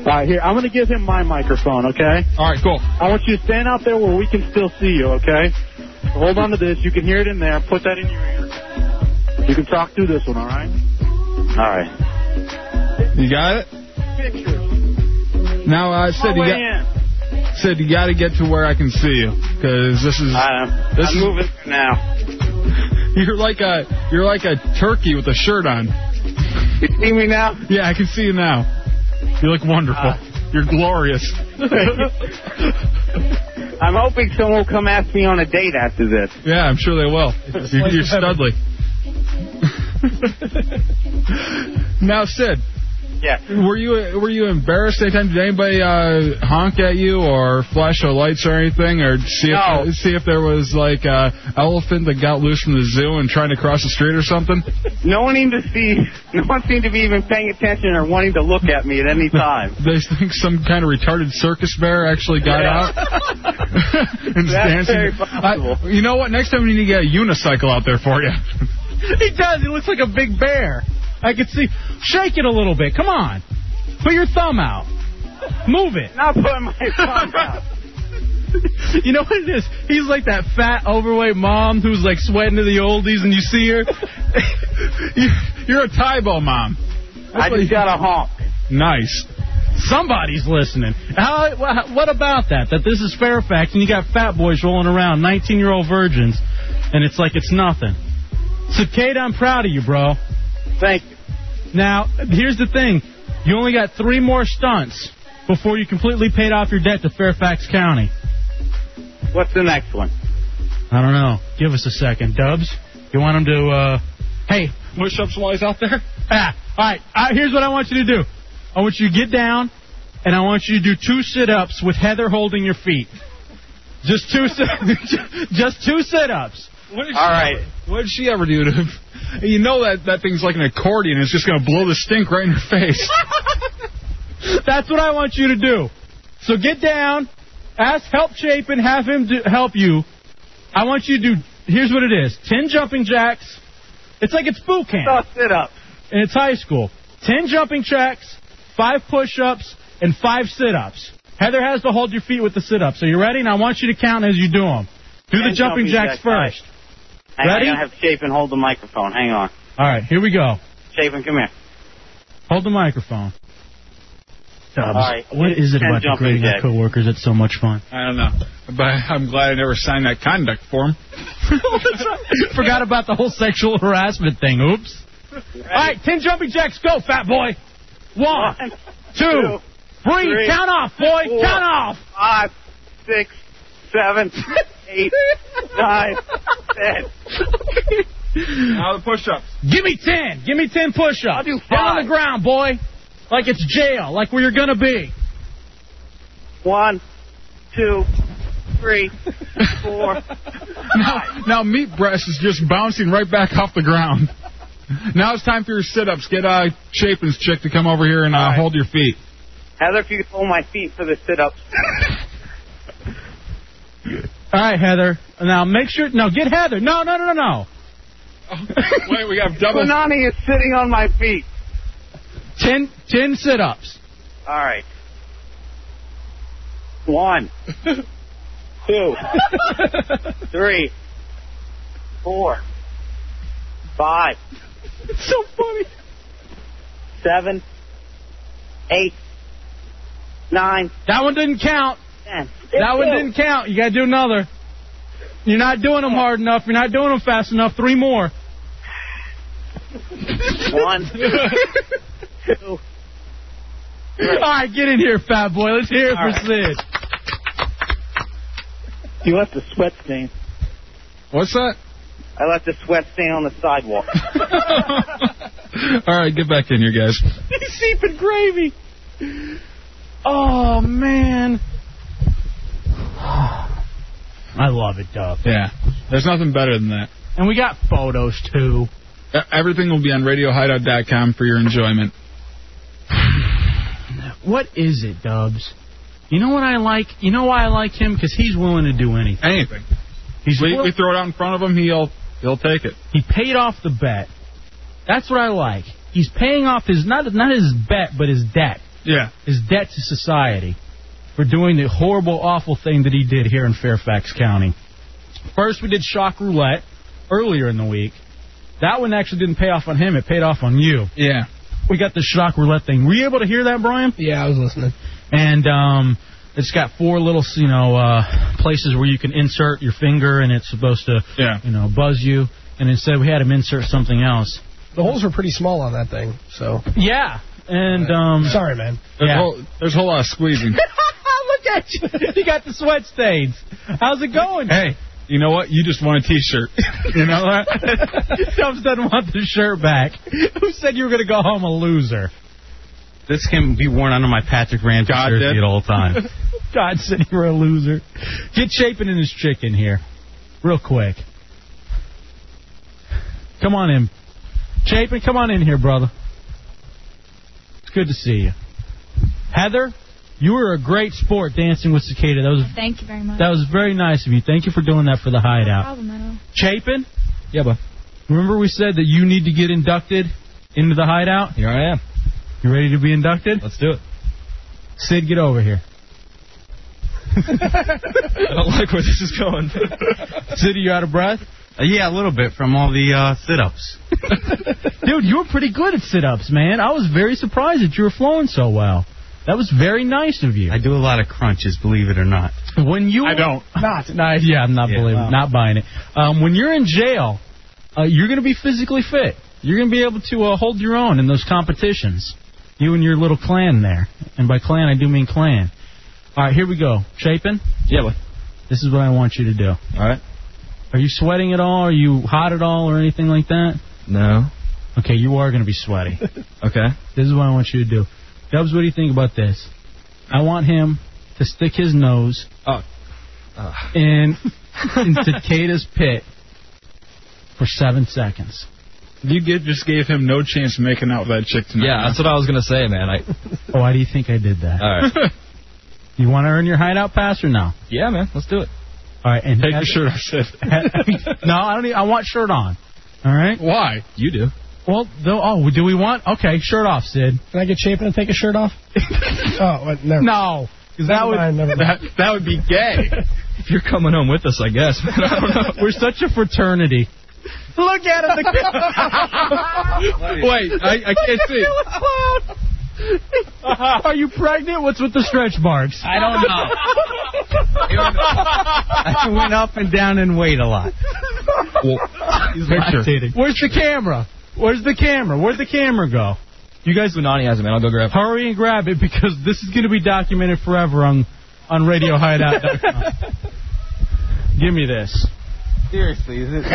right, Uh, here, I'm going to give him my microphone, okay?
All right, cool.
I want you to stand out there where we can still see you, okay? Hold on to this. You can hear it in there. Put that in your ear. You can talk through this one, all right?
All right.
You got it? Now, uh, Sid, you
way
got, Sid, you got to get to where I can see you because this is. this
I'm
is-
moving now.
You're like a you're like a turkey with a shirt on.
You see me now? Uh,
Yeah, I can see you now. You look wonderful. you're glorious.
I'm hoping someone will come ask me on a date after this.
Yeah, I'm sure they will.
It's a
You're,
slice
you're
of heaven.
studly. now, Sid.
Yeah.
Were you were you embarrassed anytime? Did anybody uh, honk at you or flash their lights or anything, or see
No.
if see if there was like a elephant that got loose from the zoo and trying to cross the street or something?
No one seemed to see. No one seemed to be even paying attention or wanting to look at me at any time.
They think some kind of retarded circus bear actually got out and
That's
dancing.
very
possible. you know what? Next time you need to get a unicycle out there for you.
He does. He looks like a big bear. I can see. Shake it a little bit. Come on. Put your thumb out. Move it.
Not putting my thumb out.
You know what it is? He's like that fat, overweight mom who's like sweating to the oldies, and you see her.
You- You're a Tybo mom.
I just got a honk.
Nice.
Somebody's listening. How, wha- what about that? That this is Fairfax, and you got fat boys rolling around, 19 year old virgins, and it's like it's nothing. So, Kate, I'm proud of you, bro.
Thank you.
Now, here's the thing you only got three more stunts before you completely paid off your debt to Fairfax County.
What's the next one?
I don't know. Give us a second. Dubs, you want him to, uh, hey, mush up some out there? Ah, all right. All right, Here's what I want you to do I want you to get down, and I want you to do two sit ups with Heather holding your feet. Just two, sit- just two sit-ups.
All right. What did she ever do to him? You know that that thing's like an accordion. It's just gonna blow the stink right in her face.
That's what I want you to do. So get down, ask help Shape and have him do, help you. I want you to do. Here's what it is: ten jumping jacks. It's like it's boot camp.
sit up.
And it's high school. Ten jumping jacks, five push-ups, and five sit-ups. Heather has to hold your feet with the sit-ups. So you ready? And I want you to count as you do them. Do the
Ten
jumping
jumping
jacks
jacks, all right.
first.
Hang on,
Ready?
I gotta have Chapin hold the microphone. Hang on.
All right, here we go.
Chapin, come here.
Hold the microphone.
All right.
What is it
Ten
about
jumping
degrading our
jacks.
coworkers? It's so much fun.
I don't know, but I'm glad I never signed that conduct form.
Forgot about the whole sexual harassment thing. Oops. All right, ten jumping jacks, go, fat boy. One, two, three.
three,
Count off, boy.
four,
Count off.
Five, six, seven, eight, nine, ten.
Now the push-ups.
Give me ten. Give me ten push-ups. I'll do Down on the ground, boy. Like it's jail. Like where you're gonna be.
One, two, three, four.
Now, now meat breast is just bouncing right back off the ground. Now it's time for your sit-ups. Get uh, Chapin's chick to come over here and uh, hold your feet.
Heather, if you could hold my feet for the sit-ups.
All right, Heather. Now make sure. No, get Heather. No, no, no, no, no.
Wait, we have
Banani is sitting on my feet.
Ten, ten sit-ups.
All right. One, two, three, four, five.
so funny.
Seven, eight, nine.
That one didn't count.
Ten.
That one didn't count. You got to do another. You're not doing them hard enough. You're not doing them fast enough. Three more.
One, two.
All right, get in here, fat boy. Let's hear it
All
for Sid.
You left a sweat stain.
What's that?
I left a sweat stain on the sidewalk.
All right, get back in here, guys.
He's seeping gravy. Oh man. I love it, Dub.
Yeah, there's nothing better than that.
And we got photos too.
E- Everything will be on RadioHideout.com for your enjoyment.
What is it, Dubs? You know what I like? You know why I like him? Because he's willing to do anything.
Anything.
He's
we,
will-
we throw it out in front of him, he'll he'll take it.
He paid off the bet. That's what I like. He's paying off his not not his bet, but his debt.
Yeah.
His debt to society for doing the horrible, awful thing that he did here in Fairfax County. First, we did shock roulette earlier in the week. That one actually didn't pay off on him; it paid off on you.
Yeah.
We got the shock roulette thing. Were you able to hear that, Brian?
Yeah, I was listening.
And um, it's got four little, you know, uh, places where you can insert your finger, and it's supposed to,
yeah.
you know, buzz you. And instead, we had him insert something else.
The holes were pretty small on that thing, so.
Yeah. And um
Sorry, man.
There's, a, whole, there's a whole lot of squeezing.
Look at you. You got the sweat stains. How's it going?
hey, you know what? You just want a T-shirt. you know that?
Stubbs doesn't want the shirt back. Who said you were going to go home a loser?
This can be worn under my Patrick Ramsey
God
jersey
did.
at all times.
God said you were a loser. Get Chapin and his chicken here, real quick. Come on in, Chapin. Come on in here, brother. It's good to see you. Heather, you were a great sport dancing with Cicada. That was
Thank you very much.
that was very nice of you. Thank you for doing that for the
no
hideout.
problem at all.
Chapin? Yeah, but remember we said that you need to get inducted into the hideout? Here I am. You ready to be inducted? Let's do it. Sid, get over here.
I don't like where this is going.
Sid, are you out of breath?
Uh, yeah, a little bit from all the uh, sit-ups.
Dude, you were pretty good at sit ups, man. I was very surprised that you were flowing so well. That was very nice of you.
I do a lot of crunches, believe it or not.
When you I
don't
not no, yeah I'm not believing
wow.
not buying it. Um, when you're in jail, uh, you're going to be physically fit. You're going to be able to uh, hold your own in those competitions. You and your little clan there, and by clan I do mean clan. All right, here we go. Chapin.
Yeah, but
This is what I want you to do.
all right.
Are you sweating at all? Are you hot at all, or anything like that?
No.
Okay, you are going to be sweaty.
Okay.
This is what I want you to do. Dubs, what do you think about this? I want him to stick his nose
Oh.
in in Cicada's pit for seven seconds.
You get, just gave him no chance of making out with that chick tonight.
Yeah, that's what I was gonna say, man. I
Oh, Why do you think I did that?
all right.
You want to earn your hideout pass or no?
Yeah, man. Let's do it.
All right, and
Take
have-
your
shirt
no, I don't. Need, I want shirt on. All right.
Why?
You do.
Well, though, oh, do we want? Okay, shirt off, Sid.
Can I get Chapin to take his shirt off? oh, wait, never.
No.
That would, never mind.
that would be gay.
If you're coming home with us, I guess. Man, I don't know.
We're such a fraternity.
Look at him.
Wait, I- I can't see.
Are you pregnant? What's with the stretch marks?
I don't
I
know.
went up and down in weight a lot.
lactating.
Where's the camera? Where's the camera? Where'd the camera go?
You guys, Benani has it, man. I'll go grab it.
Hurry and grab it because this is going to be documented forever on on RadioHideout.com. Give me this.
Seriously, is it?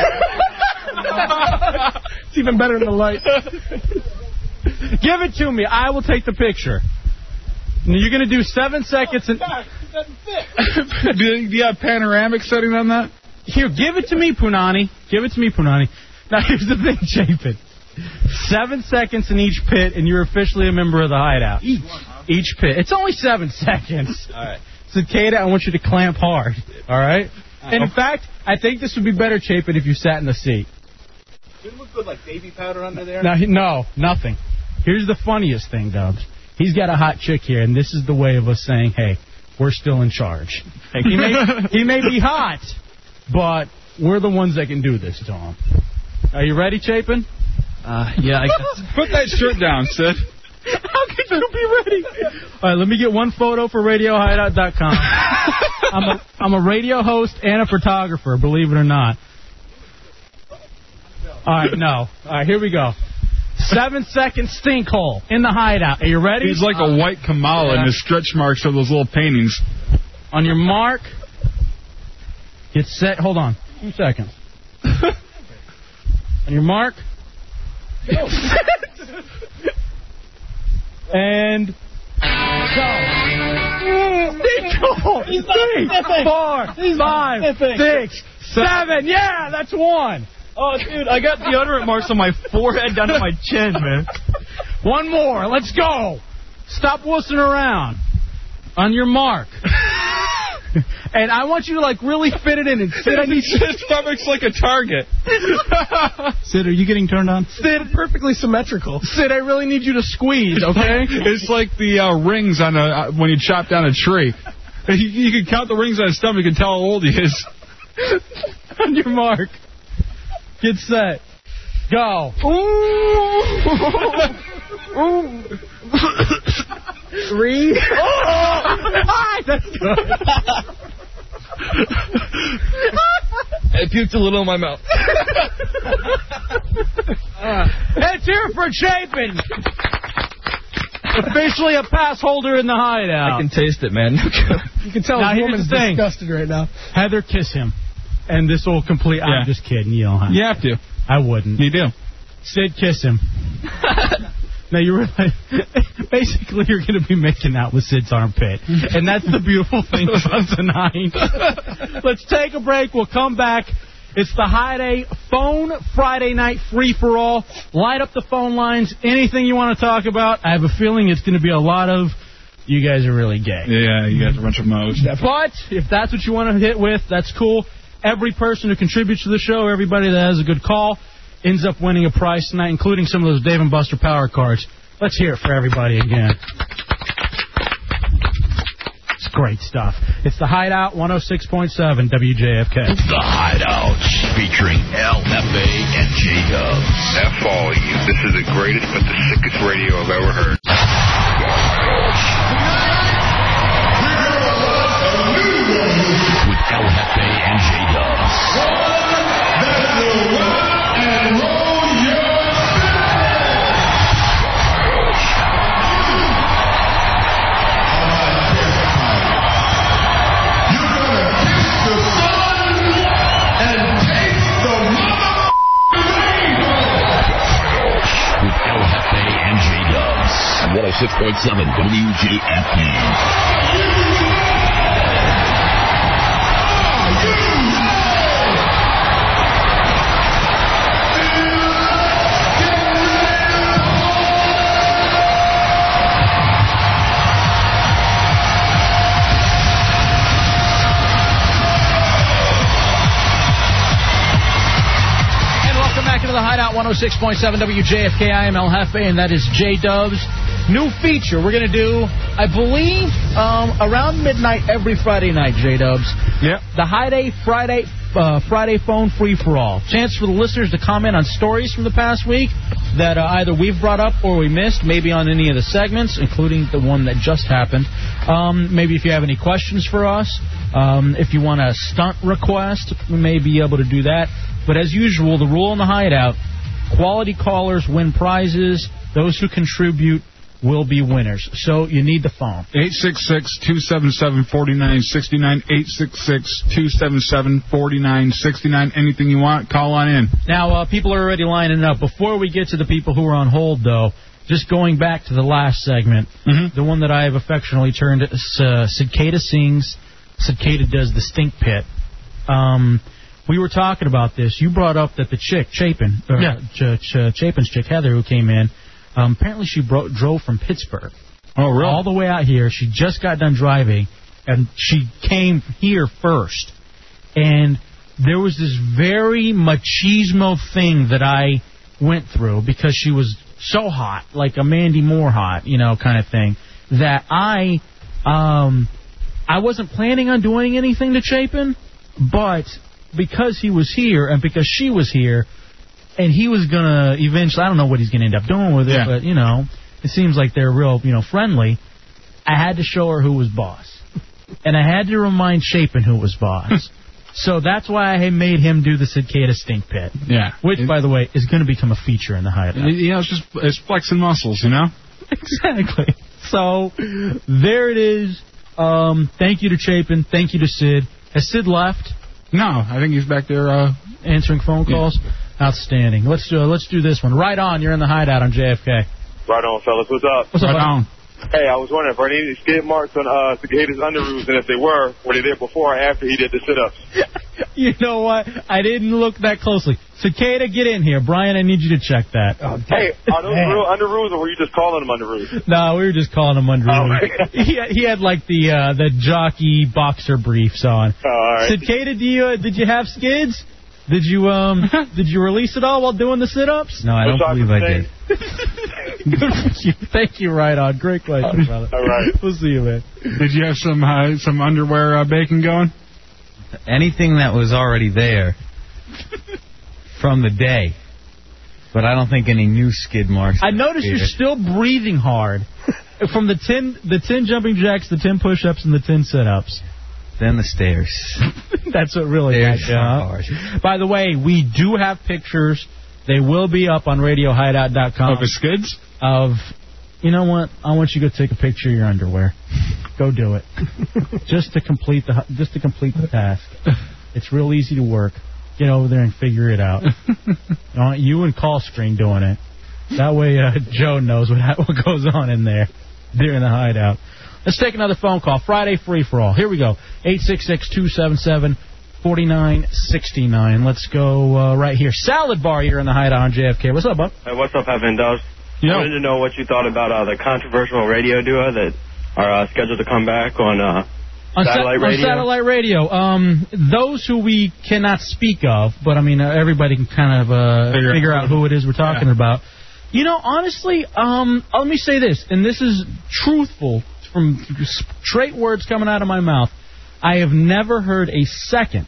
It's even better than the light. Give it to me. I will take the picture. Now you're going to do seven seconds and.
do, you- do you have panoramic setting on that?
Here, give it to me, Punani. Give it to me, Punani. Now, here's the thing, Chapin. Seven seconds in each pit, and you're officially a member of the hideout. Each. Each pit. It's only seven seconds. All
right.
Cicada, I want you to clamp hard. All right? And in fact, I think this would be better, Chapin, if you sat in the seat.
Didn't look good like baby powder under there.
No, he, no, nothing. Here's the funniest thing, Dubs. He's got a hot chick here, and this is the way of us saying, "Hey, we're still in charge." He may, he may be hot, but we're the ones that can do this to him. Are you ready, Chapin?
Uh, yeah, I guess.
Put that shirt down, Sid.
How could you be ready? All right, let me get one photo for RadioHideout.com. I'm a, I'm a radio host and a photographer, believe it or not. All right, no. All right, here we go. Seven second stinkhole in the hideout. Are you ready?
He's like a white Kamala, Oh, and his stretch marks are those little paintings.
On your mark, get set. Hold on, two seconds. on your mark, and go. Three, four, five, six, seven. Yeah, that's one.
Oh, dude, I got deodorant marks on my forehead down to my chin, man.
One more. Let's go. Stop wussing around. On your mark. and I want you to like really fit it in and sit. I need
his stomach's like a target.
Sid, are you getting turned on?
Sid, perfectly symmetrical. Sid, I really need you to squeeze, okay?
It's like the uh, rings on a uh, when you chop down a tree. You, you can count the rings on his stomach and tell how old he is.
on your mark. Get set. Go. Three. Five. That's good.
I puked a little in my mouth.
It's here for Chapin. Officially a pass holder in the hideout.
I can taste it, man.
You can tell
Now,
his
here's
woman's
the thing.
disgusted right now.
Heather, kiss him. And this will complete.
Yeah.
I'm just kidding. You don't have
You have to.
I wouldn't.
You do.
Sid, kiss him. now you realize, basically, you're going to be making out with Sid's armpit, and that's the beautiful thing about tonight. Let's take a break. We'll come back. It's the High Day Phone Friday Night Free for All. Light up the phone lines. Anything you want to talk about. I have a feeling it's going to be a lot of. You guys are really gay.
Yeah, you guys are a bunch of modes.
But if that's what you want to hit with, that's cool. Every person who contributes to the show, everybody that has a good call, ends up winning a prize tonight, including some of those Dave and Buster power cards. Let's hear it for everybody again. It's great stuff. It's the Hideout 106.7 WJFK.
The Hideout, featuring LFA and J Dubs.
F.O.U. This is the greatest but the sickest radio I've ever heard.
With LFA and J Dubs. With LFA and oh J Dubs. 106.7 WJFP.
Hideout 106.7 WJFK. I am El Jefe, and that is J Dubs. New feature we're going to do, I believe, um, around midnight every Friday night, J Dubs.
Yep.
The Hideout Friday. Uh, Friday phone free for all. Chance for the listeners to comment on stories from the past week that uh, either we've brought up or we missed, maybe on any of the segments, including the one that just happened. Um, maybe if you have any questions for us, um, if you want a stunt request, we may be able to do that. But as usual, the rule in the hideout quality callers win prizes, those who contribute will be winners. So you need the phone.
866-277-4969, 866-277-4969, anything you want, call on in.
Now, uh, people are already lining up. Before we get to the people who are on hold, though, just going back to the last segment,
Mm-hmm.
the one that I have affectionately turned uh, Cicada Sings, Cicada Does the Stink Pit. Um, we were talking about this. You brought up that the chick, Chapin, or,
Yeah.
Ch- Ch- Chapin's chick, Heather, who came in, um, apparently she bro- drove from Pittsburgh.
Oh, really?
All the way out here. She just got done driving, and she came here first and there was this very machismo thing that I went through because she was so hot, like a Mandy Moore hot, you know, kind of thing, that I um I wasn't planning on doing anything to Chapin, but because he was here and because she was here and he was gonna eventually I don't know what he's gonna end up doing with it, but you know, it seems like they're real, you know, friendly. I had to show her who was boss and I had to remind Chapin who was boss. so that's why I made him do the cicada stink pit.
Yeah.
Which, by the way, is going to become a feature in the hideout.
You know, it's just it's flexing muscles, you know?
Exactly. So there it is. Um, thank you to Chapin. Thank you to Sid. Has Sid left?
No, I think he's back there uh,
answering phone calls. Outstanding. Let's do let's do this one. Right on. You're in the hideout on JFK.
Right on, fellas. What's up?
What's up, Right bud? on.
Hey, I was wondering if are any skid marks on uh, Cicada's underoos, and if they were, were they there before or after he did the sit-ups?
You know what? I didn't look that closely. Cicada, get in here, Brian. I need you to check that.
Hey, are those real underoos, or were you just calling them underoos?
No, we were just calling him under.
Oh,
he, he had like the uh, the jockey boxer briefs on.
Oh,
All right.
Cicada, do you, uh, did you have skids? Did you um did you release it all while doing the sit-ups?
No, I don't believe I did.
Good for you. Thank you, right on. Great question, brother.
All right.
We'll see you, man.
Did you have some uh, some underwear uh, baking going?
Anything that was already there from the day, but I don't think any new skid marks.
I noticed you're
appeared.
still breathing hard from the ten the ten jumping jacks, the ten push-ups, and the ten sit-ups.
Then the stairs.
That's what really got you up. By the way, we do have pictures. They will be up on RadioHideout.com.
Of the skids?
Of, you know what? I want you to go take a picture of your underwear. Go do it. just to complete the just to complete the task. It's real easy to work. Get over there and figure it out. I want you and call screen doing it. That way, uh, Joe knows what what goes on in there during the hideout. Let's take another phone call. Friday free for all. Here we go. 866-277-4969. Let's go uh, right here. Salad bar here in the hideout on JFK. What's up, bud?
Hey, what's up, Evan Doves? I wanted to know what you thought about uh, the controversial radio duo that are uh, scheduled to come back on, uh,
On sat-
satellite
on
radio.
satellite radio. Um, those who we cannot speak of, but I mean, uh, everybody can kind of uh, figure, out who it is we're talking about. You know, honestly, um, let me say this, and this is truthful from straight words coming out of my mouth. I have never heard a second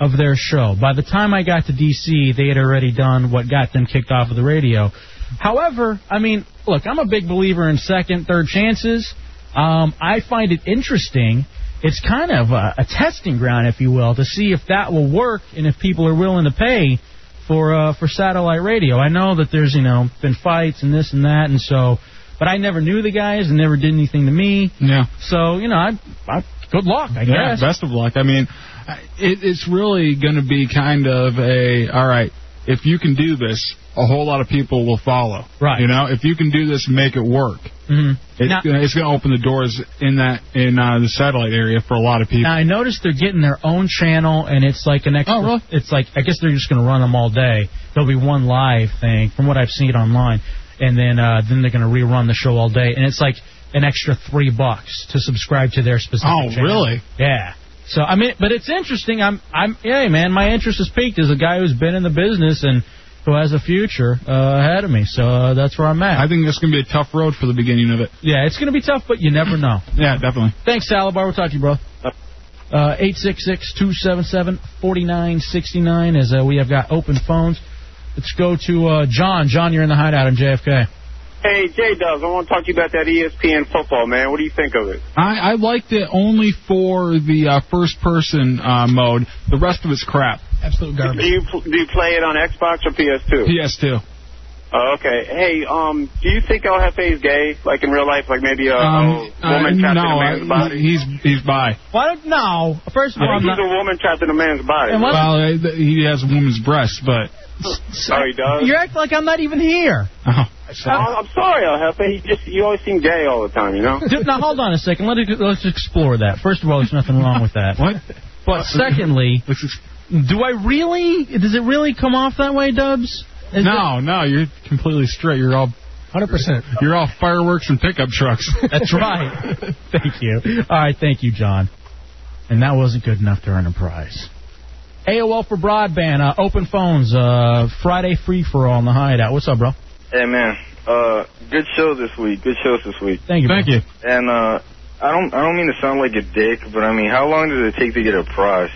of their show. By the time I got to D.C., they had already done what got them kicked off of the radio. However, I mean, look, I'm a big believer in second, third chances. Um, I find it interesting. It's kind of a, a testing ground, if you will, to see if that will work and if people are willing to pay for uh, for satellite radio. I know that there's you know been fights and this and that, and so, but I never knew the guys and never did anything to me.
Yeah.
So you know, I, I good luck, I
yeah,
guess.
best of luck. I mean, I- it, it's really going to be kind of a all right. If you can do this, a whole lot of people will follow.
Right.
You know, if you can do this, and make it work.
Mhm.
It's
Now-
gonna, it's going to open the doors in that in uh, the satellite area for a lot of people.
Now I noticed they're getting their own channel, and it's like an
Oh,
extra. It's like I guess they're just going to run them all day. There'll be one live thing, from what I've seen online, and then uh, then they're going to rerun the show all day, and it's like an extra three bucks to subscribe to their specific.
Oh,
channel.
really?
Yeah. So I mean, but it's interesting. I'm I'm yeah, man. My interest is peaked as a guy who's been in the business and who has a future uh, ahead of me. So uh, that's where I'm at.
I think this is going to be a tough road for the beginning of it.
Yeah, it's going to be tough, but you never know.
Yeah, definitely.
Thanks, Salabar. We'll talk to you, bro. Uh, 866-277-4969 is uh, we have got open phones. Let's go to uh, John. John, you're in the hideout in JFK.
Hey, J Dubs, I want to talk to you about that E ESPN football, man. What do you think of it?
I, I liked it only for the uh, first person uh, mode. The rest of it's crap.
Absolute
Do you pl- do you play it on Xbox or PS2?
PS2.
Oh, okay. Hey, um, do you think El Jefe is gay, like in real life, like maybe a,
Um,
a woman
uh,
trapped in
no,
a man's
I-
body?
he's he's bi.
Why don't no? First of all,
I
I'm
think
not.
he's a woman trapped in a man's body.
Well, uh, th- he has a woman's breast, but
oh, he does.
You act like I'm not even here.
Oh, I'm sorry, El Jefe. He just you always seem gay all the time, you know.
Dude, now hold on a second. Let us, let's explore that. First of all, there's nothing wrong with that.
what?
But secondly, do I really? Does it really come off that way, Dubs? Is
no, no, you're completely straight. You're all
100. percent
You're all fireworks and pickup trucks.
That's right. thank you. All right, thank you, John. And that wasn't good enough to earn a prize. AOL for broadband, uh, open phones, uh, Friday free for all in the hideout. What's up, bro?
Hey man, uh, good show this week. Good shows this week.
Thank you.
Thank you.
And uh, I don't, I don't mean to sound like a dick, but I mean, how long did it take to get a prize?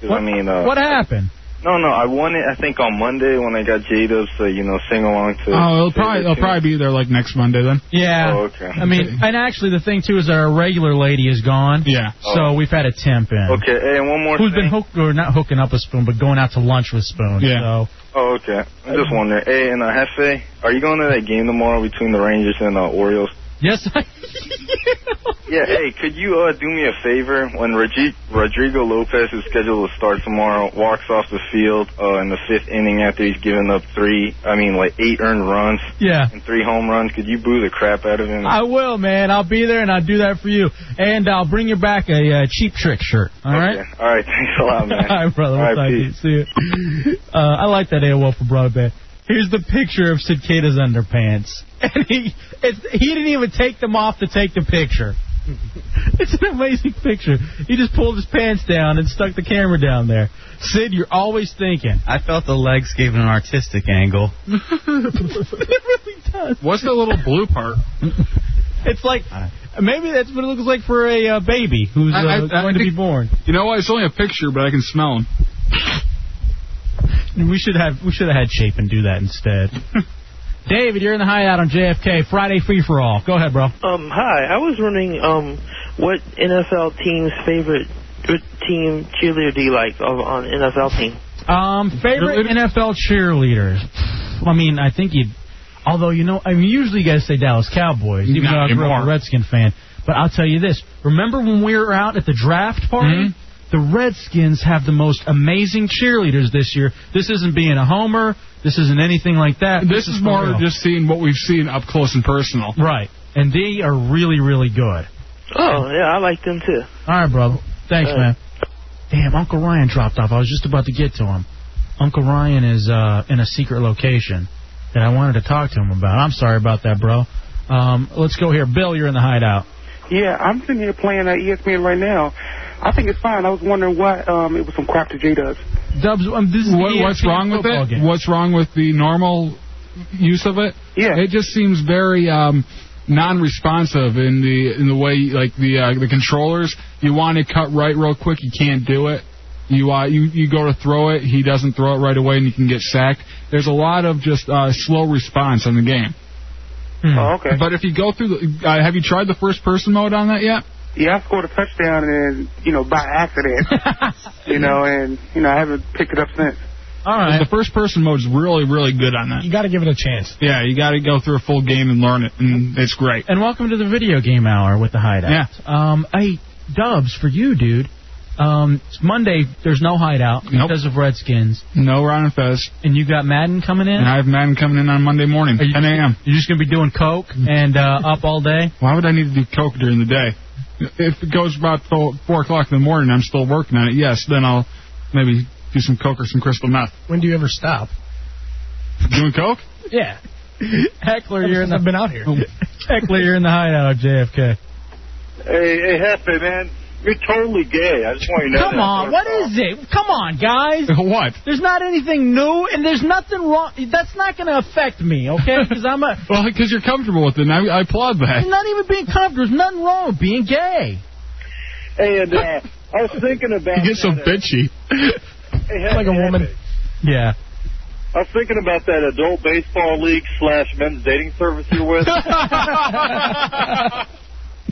'Cause, I mean, uh,
What happened?
No, no, I won it. I think on Monday when I got J Dub's, uh, you know, sing along to.
Oh, it'll
to
probably
the
it'll
tune.
probably be there like next Monday then.
Yeah.
Oh, okay.
I mean, and actually, the thing too is that our regular lady is gone.
Yeah.
So we've had a temp in.
Oh. Okay, hey, and one more
Who's been
thing.
hooked or not hooking up with Spoon, but going out to lunch with Spoon. Yeah. So
oh, okay. I'm just wondering. Hey, and uh, Hefe, are you going to that game tomorrow between the Rangers and uh, Orioles?
yes, I
Yeah, hey, could you uh, do me a favor? When Rodri- Rodrigo Lopez is scheduled to start tomorrow, walks off the field uh, in the fifth inning after he's given up three, I mean, like eight earned runs
yeah.
and three home runs, could you boo the crap out of him?
I will, man. I'll be there and I'll do that for you. And I'll bring you back a uh, cheap trick shirt. All right.
Yeah. All right, thanks a lot, man.
All right, brother.
All
We'll talk
right,
to you.
peace.
See you. Uh, I like that AOL for broadband. Here's the picture of Cicada's underpants, and he it's, he didn't even take them off to take the picture. It's an amazing picture. He just pulled his pants down and stuck the camera down there. Sid, you're always thinking.
I felt the legs gave it an artistic angle.
What's the little blue part?
It's like maybe that's what it looks like for a uh, baby who's uh,
I- I- I
going to be
think-
born.
You know what? It's only a picture, but I can smell them.
We should have we should have had Shape and do that instead. David, you're in the hideout on JFK Friday free for all. Go ahead, bro.
Um, hi. I was wondering um, what NFL team's favorite what team cheerleader do you like of, on NFL team?
Um, favorite NFL cheerleaders. I mean, I think you. Although you know, I mean, usually you guys say Dallas Cowboys, even
Not
though I grew up
anymore.
a Redskin fan. But I'll tell you this: remember when we were out at the draft
Mm-hmm.
party? The Redskins have the most amazing cheerleaders this year. This isn't being a homer. This isn't anything like that.
This is
for
more
real.
just seeing what we've seen up close and personal.
right, and they are really, really good.
Oh, yeah, I like them too.
All right, brother. Thanks,
All
man.
right.
Damn, Uncle Ryan dropped off. I was just about to get to him. Uncle Ryan is uh, in a secret location that I wanted to talk to him about. I'm sorry about that, bro. Um, let's go here. Bill, you're in the hideout.
Yeah, I'm sitting here playing at E ESPN right now. I think it's fine. I was wondering why um, it was some crap to J Dubs.
Dubs, um, this is
What,
the
what's
ESPN
wrong with
football
it?
game.
What's wrong with the normal use of it? Yeah, it just seems very um, non-responsive in the in the way like the uh, the controllers. You want to cut right real quick, you can't do it. You uh, you you go to throw it, he doesn't throw it right away, and you can get sacked. There's a lot of just uh, slow response on the game.
Oh, okay.
But if you go through, the, uh, have you tried the first person mode on that yet?
Yeah, I scored a touchdown and you know by accident, you know, and you know I haven't picked it up since.
All
right. The first person mode is really, really good on that. You
got to give it a chance.
Yeah, you got to go through a full game and learn it, and it's great.
And welcome to the video game hour with the hideout.
Yeah.
Um, hey, Dubs, for you, dude. Um, it's Monday. There's no hideout because of Redskins.
No Ron and Fez.
And you got Madden coming in.
And I have Madden coming in on Monday morning, 10 a.m.
You're just gonna be doing coke and uh, up all day.
Why would I need to do coke during the day? If it goes about fo- four o'clock in the morning, I'm still working on it. Yes, then I'll maybe do some coke or some crystal meth.
When do you ever stop?
Doing coke?
Yeah. Heckler, you're in the
I've been out here.
Heckler, you're in the hideout of JFK.
Hey, hey, Hefe, man. You're totally gay. I just want you to know.
Come
that.
on, what is it? Come on, guys.
What?
There's not anything new, and there's nothing wrong. That's not going to affect me, okay? Because I'm a.
Well, because you're comfortable with it, and I, I applaud
I'm
that.
not even being comfortable. There's nothing wrong with being gay.
And uh, I was thinking
You
about.
get so
that, uh,
bitchy.
hey, hey,
like a
hey,
woman.
Yeah.
I was thinking about that adult baseball league slash men's dating service you're with.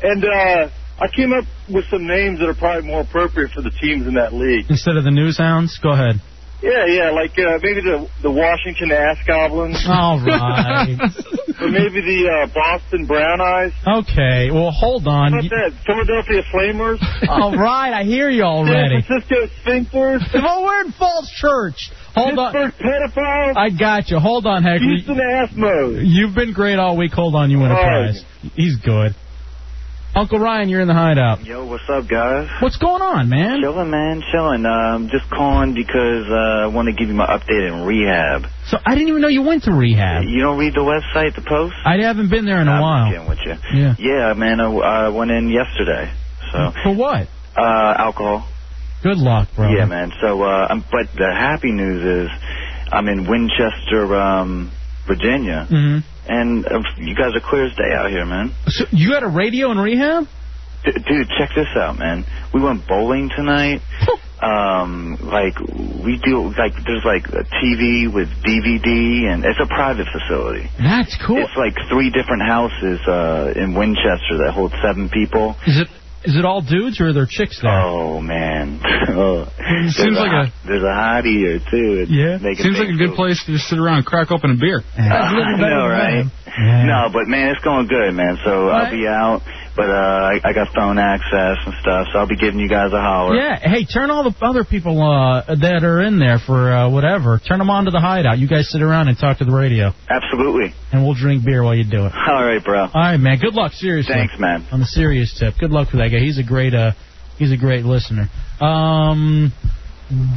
and uh, I came up with some names that are probably more appropriate for the teams in that league.
Instead of the newshounds, go ahead.
Yeah, yeah, like uh, maybe the the Washington Ass Goblins.
All right.
or maybe the uh, Boston Brown Eyes.
Okay. Well, hold
How
on.
about that? Philadelphia Flamers.
All right, I hear you
San
already.
Francisco Sphincters.
Oh, we're in Falls Church. Hold on.
Pittsburgh pedophiles.
I got you. Hold on, Hector.
Houston ass mode.
You've been great all week. Hold on, you win a
All right.
prize. He's good. Uncle Ryan, you're in the hideout.
Yo, what's up, guys?
What's going on, man?
Chilling, man, chilling. Um, just calling because uh, I want to give you my update in rehab.
So I didn't even know you went to rehab.
You don't read the website, the post?
I haven't been there in a
I'm
while.
kidding with you.
Yeah.
Yeah, man, I, I went in yesterday. So,
For what?
uh, alcohol.
Good luck, bro.
Yeah, man. So, uh, um, but the happy news is, I'm in Winchester, um, Virginia,
hmm
and uh, you guys are clear as day out here, man.
So you had a radio in rehab?
D- dude, check this out, man. We went bowling tonight. um, like we do, like there's like a TV with DVD, and it's a private facility.
That's cool.
It's like three different houses uh, in Winchester that hold seven people.
Is it is it all dudes or are there chicks there?
Oh man, oh.
Seems
There's
like
hot- there's a hottie here too. It's
Yeah.
making
Seems like a
things
good place to just sit around and crack open a beer.
I know, right? No, but man, it's going good, man. So I'll be out, but uh, I, I got phone access and stuff, so I'll be giving you guys a holler.
Yeah. Hey, turn all the other people uh, that are in there for uh, whatever. Turn them on to the hideout. You guys sit around and talk to the radio,
Absolutely.
and we'll drink beer while you do it.
All right, bro.
All right, man. Good luck. Seriously.
Thanks, man.
On the serious tip, good luck for that guy. He's a great uh, he's a great listener. Um,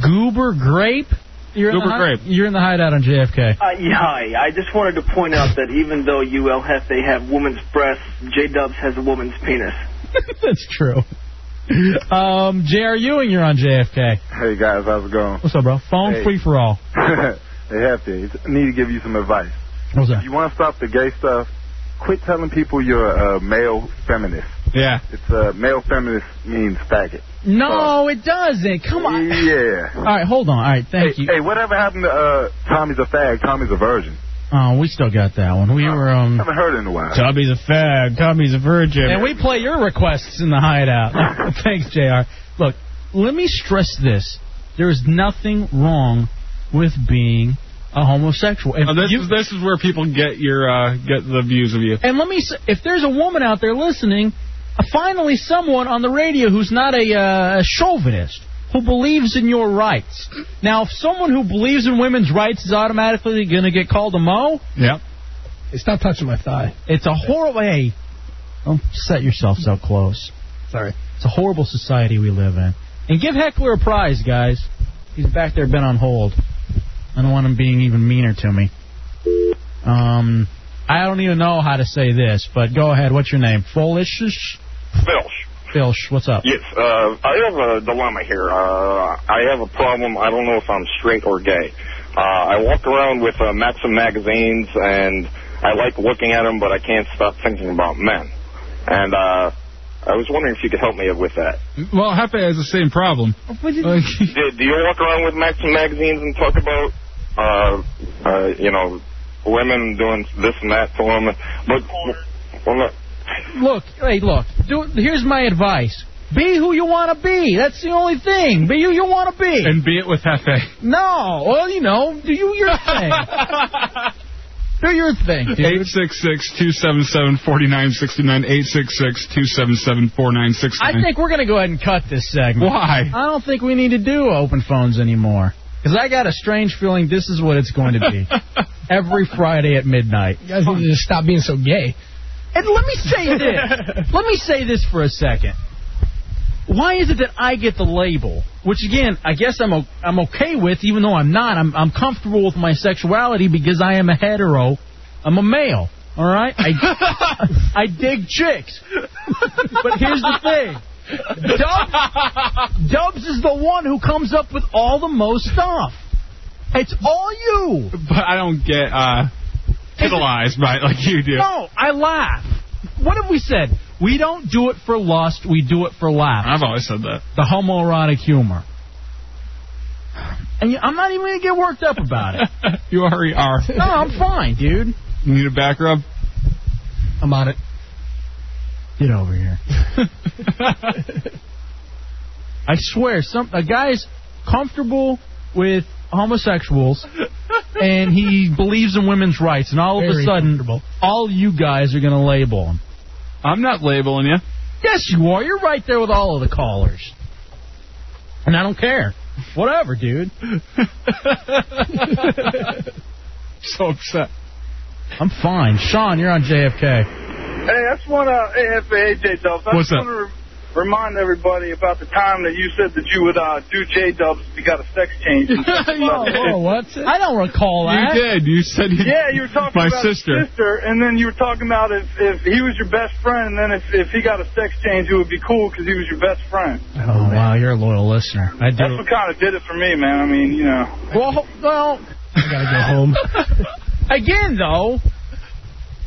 Goober Grape. You're in the
Goober
hi-
Grape.
You're in the hideout on JFK.
Uh, yeah, hi. I just wanted to point out that even though UL Hefe have women's breasts, J Dubs has a woman's penis.
That's true. Um, J.R. Ewing, you're on JFK.
Hey guys, how's it going?
What's up, bro? Phone
Hey.
free for all.
they have to. I need to give you some advice.
What's that?
If you want to stop the gay stuff, quit telling people you're a male feminist.
Yeah.
It's uh, male feminist means faggot.
No, it doesn't. Come on.
Yeah.
All right, hold on. All right, thank
hey,
you.
Hey, whatever happened to uh, Tommy's a fag? Tommy's a virgin.
Oh, we still got that one. We were um.
Haven't heard it in a while.
Tommy's a fag. Tommy's a virgin. And we play your requests in the hideout. Thanks, Jr. Look, let me stress this: there is nothing wrong with being a homosexual. If
Uh, this,
you-
is, this is where people get your uh, get the views of you.
and let me, s- if there's a woman out there listening, uh, finally someone on the radio who's not a, uh, a chauvinist. Who believes in your rights? Now, if someone who believes in women's rights is automatically going to get called a mo,
Yep.
Stop touching my thigh. It's a horrible. Hey, don't set yourself so close. Sorry. It's a horrible society we live in. And give Heckler a prize, guys. He's back there, been on hold. I don't want him being even meaner to me. Um, I don't even know how to say this, but go ahead. What's your name? Foolish.
Filch.
Filsh. What's up?
Yes, uh, I have a dilemma here. Uh, I have a problem. I don't know if I'm straight or gay. Uh, I walk around with uh, Maxim magazines, and I like looking at them, but I can't stop thinking about men. And uh, I was wondering if you could help me with that.
Well, Hefe has the same problem. Like,
do, do you walk around with Maxim magazines and talk about, uh, uh, you know, women doing this and that to them? But, well, look,
Look, hey, look. Do, here's my advice. Be who you want to be. That's the only thing. Be who you want to be.
and be it with Hefe.
No, well, you know, do you your thing. do your thing, dude.
866-277-4969, 866-277-4969.
I think we're going to go ahead and cut this segment.
Why?
I don't think we need to do open phones anymore. Because I got a strange feeling this is what it's going to be. Every Friday at midnight.
You guys need to just stop being so gay.
And let me say this. let me say this for a second. Why is it that I get the label? Which again, I guess I'm o- I'm okay with, even though I'm not. I'm I'm comfortable with my sexuality because I am a hetero. I'm a male. All right. I I dig chicks. But here's the thing. Dubs, Dubs is the one who comes up with all the most stuff. It's all you.
But I don't get uh, titillized by it like you do.
No, I laugh. What have we said? We don't do it for lust. We do it for laughs.
I've always said that.
The homoerotic humor. And you- I'm not even going to get worked up about it.
you already are.
No, I'm fine, dude.
You need a back rub?
I'm on it. Get over here. I swear, some a guy's comfortable with homosexuals, and he believes in women's rights, and all of
Very
a sudden, all you guys are going to label him.
I'm not labeling you.
Yes, you are. You're right there with all of the callers, and I don't care. Whatever, dude.
so upset.
I'm fine. Sean, you're on JFK.
Hey, I just want to, hey, hey, J Dubs, I
What's
just
up?
want to re- remind everybody about the time that you said that you would uh, do J Dubs if you got a sex change. and stuff like that.
I don't recall
You
that.
did.
You said you-
Yeah, you were talking
My
about his
sister.
sister, and then you were talking about if, if he was your best friend, and then if, if he got a sex change, it would be cool because he was your best friend.
Oh wow, you're a loyal listener. I
That's what kind of did it for me, man. I mean, you know.
Well, well. I gotta go home. Again, though.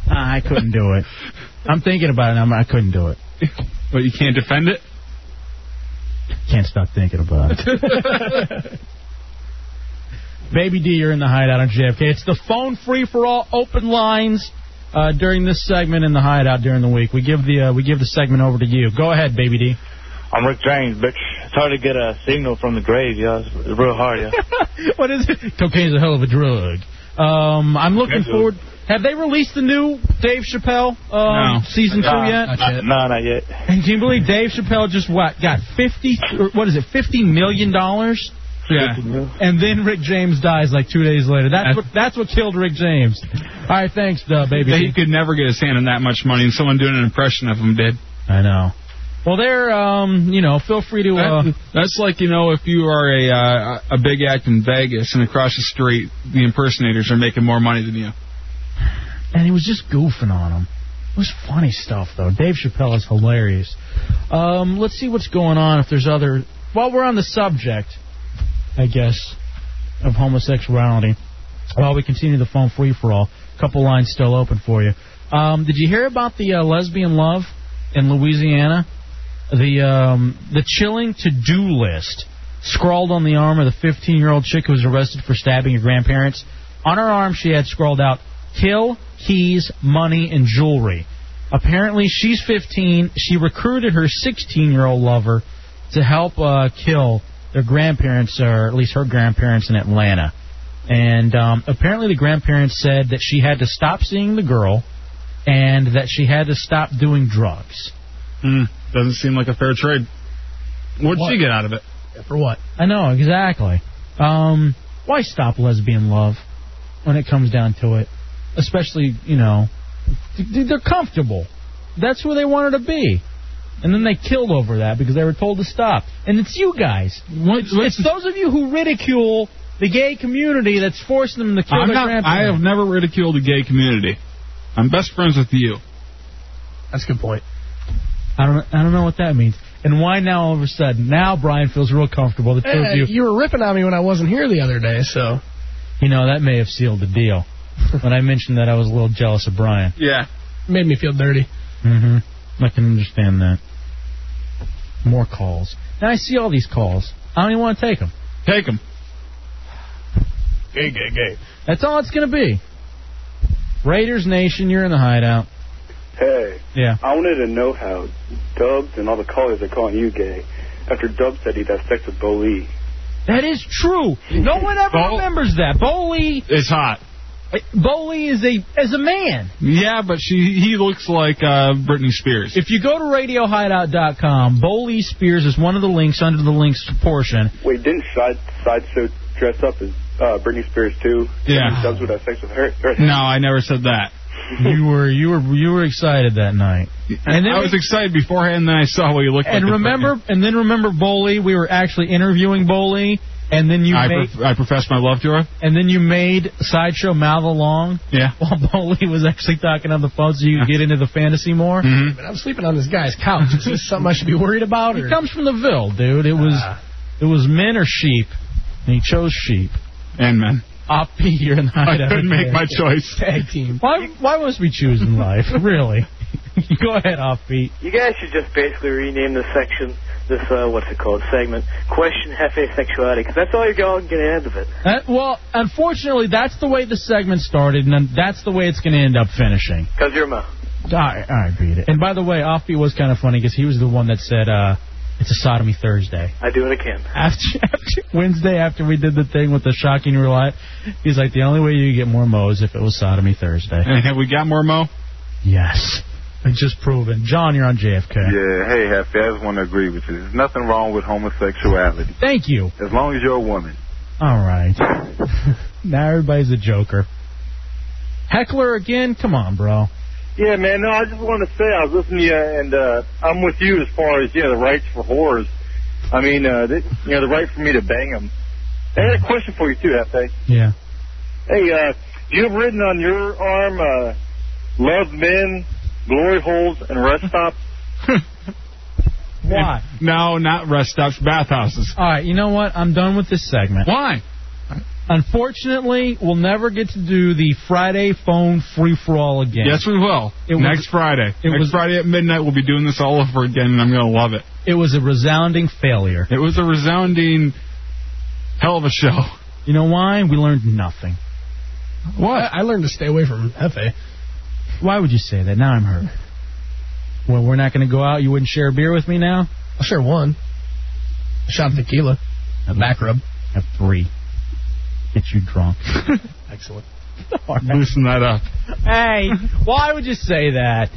Uh, I couldn't do it. I'm thinking about it. I'm, I couldn't do it.
But you can't defend it?
Can't stop thinking about it. Baby D, you're in the hideout on JFK. It's the phone free for all open lines uh, during this segment in the hideout during the week. We give the uh, we give the segment over to you. Go ahead, Baby D.
I'm Rick James, bitch. It's hard to get a signal from the grave, yeah. It's real hard, yeah.
what is it? Cocaine's a hell of a drug. Um, I'm looking forward. Have they released the new Dave Chappelle um, season two
Nah,
yet?
No, not yet.
And can you believe Dave Chappelle just what got fifty? or What is it? Fifty million dollars.
Yeah.
And then Rick James dies like two days later. That's what that's what killed Rick James. All right, thanks, uh, baby.
He could never get his hand on that much money, and someone doing an impression of him did.
I know. Well, there, um, you know, feel free to. Uh,
That's like you know if you are a uh, a big act in Vegas and across the street the impersonators are making more money than you.
and he was just goofing on him. It was funny stuff, though. Dave Chappelle is hilarious. Um, let's see what's going on. If there's other, while we're on the subject, I guess, of homosexuality, while we continue the phone free for all, couple lines still open for you. Um, did you hear about the uh, lesbian love in Louisiana? The um, the chilling to do list scrawled on the arm of the 15 year old chick who was arrested for stabbing her grandparents. On her arm, she had scrawled out kill, keys, money, and jewelry. Apparently, she's 15. She recruited her 16 year old lover to help uh, kill their grandparents, uh, or at least her grandparents in Atlanta. And um, apparently, the grandparents said that she had to stop seeing the girl and that she had to stop doing drugs.
Hmm. Doesn't seem like a fair trade. What'd she get out of it?
For what? I know, exactly. Um, why stop lesbian love when it comes down to it? Especially, you know, th- they're comfortable. That's where they wanted to be. And then they killed over that because they were told to stop. And it's you guys. It's, it's those of you who ridicule the gay community that's forcing them to kill
I'm
their
not. I
grandparents.
have never ridiculed the gay community. I'm best friends with you.
That's a good point. I don't. I don't know what that means. And why now all of a sudden? Now Brian feels real comfortable. The two
Eh,
of you.
you were ripping on me when I wasn't here the other day, so.
You know that may have sealed the deal. when I mentioned that, I was a little jealous of Brian.
Yeah.
Made me feel dirty.
hmm I can understand that. More calls. Now I see all these calls. I don't even want to take them.
Take them.
Gay, gay, gay. That's all it's going to be. Raiders Nation, you're in the hideout.
Hey,
Yeah.
I wanted to know how Dubs and all the callers are calling you gay after Dubs said he'd have sex with Bo Lee.
That is true. No one ever remembers that. Bowley
is hot.
Bowley is a is a man.
Yeah, but she he looks like uh, Britney Spears.
If you go to RadioHideout.com, Bowley Spears is one of the links under the links portion.
Wait, didn't Side Sideshow dress up as uh, Britney Spears too?
Yeah.
And Dubs would have sex with her. her.
No, I never said that.
You were you were you were excited that night. And then
I
we-
was excited beforehand, then I saw what you looked like.
and remember and then remember Bowley, we were actually interviewing Bowley And then you
I,
made
prof- I professed my love to her.
and then you made sideshow mouth along.
Yeah.
While Boley was actually talking on the phone, so you could get into the fantasy more.
Mm-hmm.
But I'm sleeping on this guy's couch. Is this something I should be worried about?
He
Or? Ah.
comes from the Ville, dude. It was it was men or sheep, and he chose sheep.
And men.
I'll be here in the
I
hideout.
couldn't make my choice.
Tag team.
Why why must we choose in life? really? Go ahead, offbeat.
You guys should just basically rename this section, this, uh, what's it called, segment, Question Hefe Sexuality, because that's all you're going to get out of it.
Uh, well, unfortunately, that's the way the segment started, and then that's the way it's going to end up finishing.
Because you're my...
All right, all right, beat it. And by the way, offbeat was kind of funny because he was the one that said uh, it's a sodomy Thursday.
I do what I can.
After, after Wednesday, after we did the thing with the shocking roulette, he's like, the only way you get more mo is if it was sodomy Thursday.
And have we got more mo?
Yes. It's just proven. John, you're on JFK.
Yeah, hey, Happy, I just want to agree with you. There's nothing wrong with homosexuality.
Thank you.
As long as you're a woman.
All right. now everybody's a joker. Heckler again? Come on, bro.
Yeah, man. No, I just want to say I was listening to you, and uh, I'm with you as far as yeah, the rights for whores. I mean, uh, th you know, the right for me to bang them. I had a question for you too, Hefe.
Yeah.
Hey, uh, do you have written on your arm, uh, "Love men, glory holes, and rest stops"?
Why?
No, not rest stops, bathhouses.
All right, you know what? I'm done with this segment.
Why?
Unfortunately, we'll never get to do the Friday phone free for all again.
Yes, we will.
It was-
Next Friday.
it
Next
was-
Friday at midnight, we'll be doing this all over again, and I'm going to love it.
It was a resounding failure.
It was a resounding hell of a show.
You know why? We learned nothing.
What?
I, I learned to stay away from Hefe.
Why would you say that? Now I'm hurt. Well, we're not going to go out. You wouldn't share a beer with me now?
I'll share one. A shot of tequila. A back rub.
Have three. Get you drunk.
Excellent.
Loosen that up.
hey, why would you say that?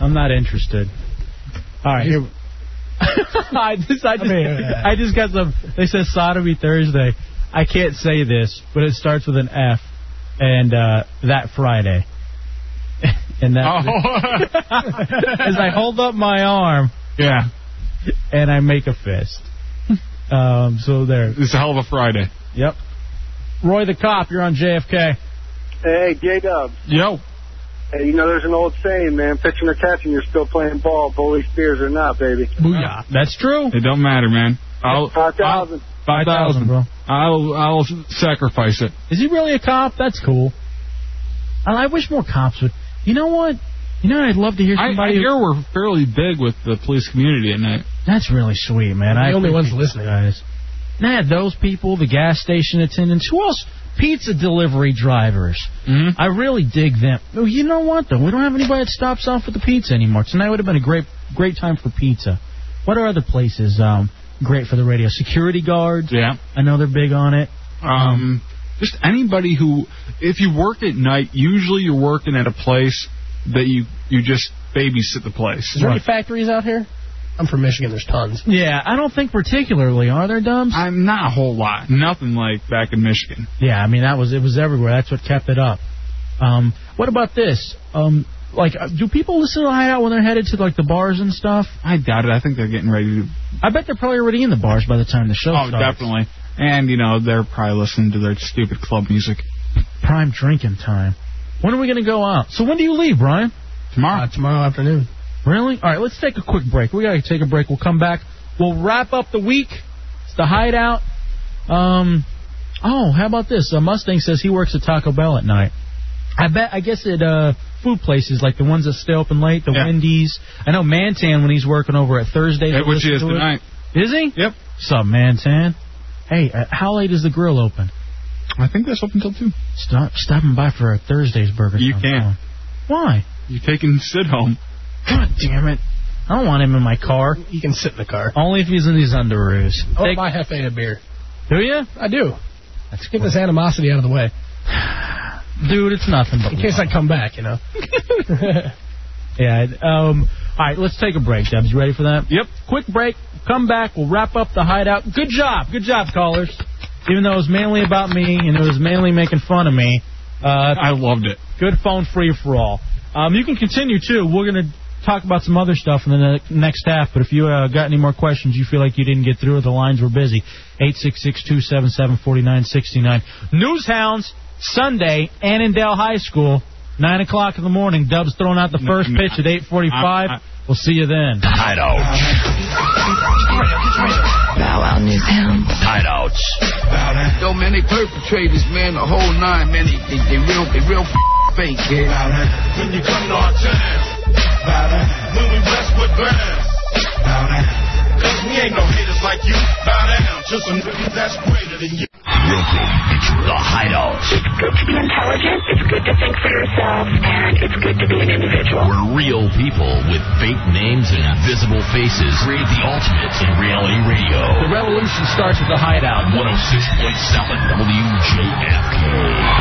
I'm not interested. All right, here. I just, I just,
mean, uh,
I just got some. They said sodomy Thursday. I can't say this, but it starts with an F, and uh, that Friday. and that
Oh.
as I hold up my arm.
Yeah.
And I make a fist. Um, so there.
It's a hell of a Friday.
Yep. Roy the cop, you're on JFK.
Hey, J Dubs.
Yo.
Hey, you know, there's an old saying, man. Pitching or catching, you're still playing ball. Bully Spears or not, baby.
Booyah. That's true.
It don't matter, man. I'll,
Five thousand.
Five thousand,
bro.
I'll I'll sacrifice it.
Is he really a cop? That's cool. I, I wish more cops would. You know what? You know, I'd love to hear
I,
somebody.
I hear we're fairly big with the police community at night.
That's really sweet, man.
The
I
only ones
appreciate you guys. Nah, those people, the gas station attendants, who else? Pizza delivery drivers.
Mm-hmm.
I really dig them. Oh, you know what though? We don't have anybody that stops off for the pizza anymore. Tonight would have been a great, great time for pizza. What are other places um, great for the radio? Security guards.
Yeah.
I know they're big on it.
Um, just anybody who, if you work at night, usually you're working at a place that you you just babysit the place.
Is there any factories out here? I'm from Michigan. There's tons.
Yeah, I don't think particularly. Are there dumps?
I'm not a whole lot. Nothing like back in Michigan.
Yeah, I mean that was it was everywhere. That's what kept it up. Um, what about this? Um, like, uh, do people listen to the hideout when they're headed to like the bars and stuff?
I doubt it. I think they're getting ready to.
I bet they're probably already in the bars by the time the show
Oh,
starts.
definitely. And you know they're probably listening to their stupid club music.
Prime drinking time. When are we gonna go out? So when do you leave, Brian?
Tomorrow.
Uh, tomorrow afternoon.
Really? All right, let's take a quick break. We gotta take a break. We'll come back. We'll wrap up the week. It's the hideout. Um, oh, how about this? Uh, Mustang says he works at Taco Bell at night. I bet. I guess at uh, food places like the ones that stay open late, the Wendy's. I know Mantan when he's working over at Thursday.
Yeah, which he is tonight.
Is he?
Yep.
Sup, Mantan? Hey, uh, how late is the grill open?
I think that's open till two.
Stop stopping by for a Thursday's burger.
You
sometime. Why?
You taking Sid home?
God damn it! I don't want him in my car.
You can sit in the car.
Only if he's in these underoos.
I want my Hefe a beer.
Do you?
I do. Let's get this animosity out of the way.
Dude, it's nothing but
In case I come back, you know.
Yeah. Um, all right, let's take a break, Debs. You ready for that?
Yep.
Quick break. Come back. We'll wrap up the hideout. Good job. Good job, callers. Even though it was mainly about me and it was mainly making fun of me. Uh,
I loved it.
Good phone free for all. Um, you can continue too. We're gonna talk about some other stuff in the ne- next half. But if you uh, got any more questions, you feel like you didn't get through, or the lines were busy. Eight six six two seven seven forty nine sixty nine. News Hounds Sunday, Annandale High School, nine o'clock in the morning. Dubs throwing out the first pitch at eight forty
Mm-hmm. I- I-
five. We'll see you
Hideout.
then.
Bow Wow News Hounds.
Hideouts.
So man, they perpetrators, man, the whole nine, man, they, they, they real, they real f- fake, kid. When you come to our town, when we rest with bands, cause we ain't no haters like you, bow down to some niggas that's greater than you.
Welcome to the Hideout. It's good to be intelligent. It's good to think for yourself, and it's good to be an individual. Where real people with fake names and invisible faces create the ultimate in reality radio. oh The revolution starts with the Hideout. 106.7 WJFK.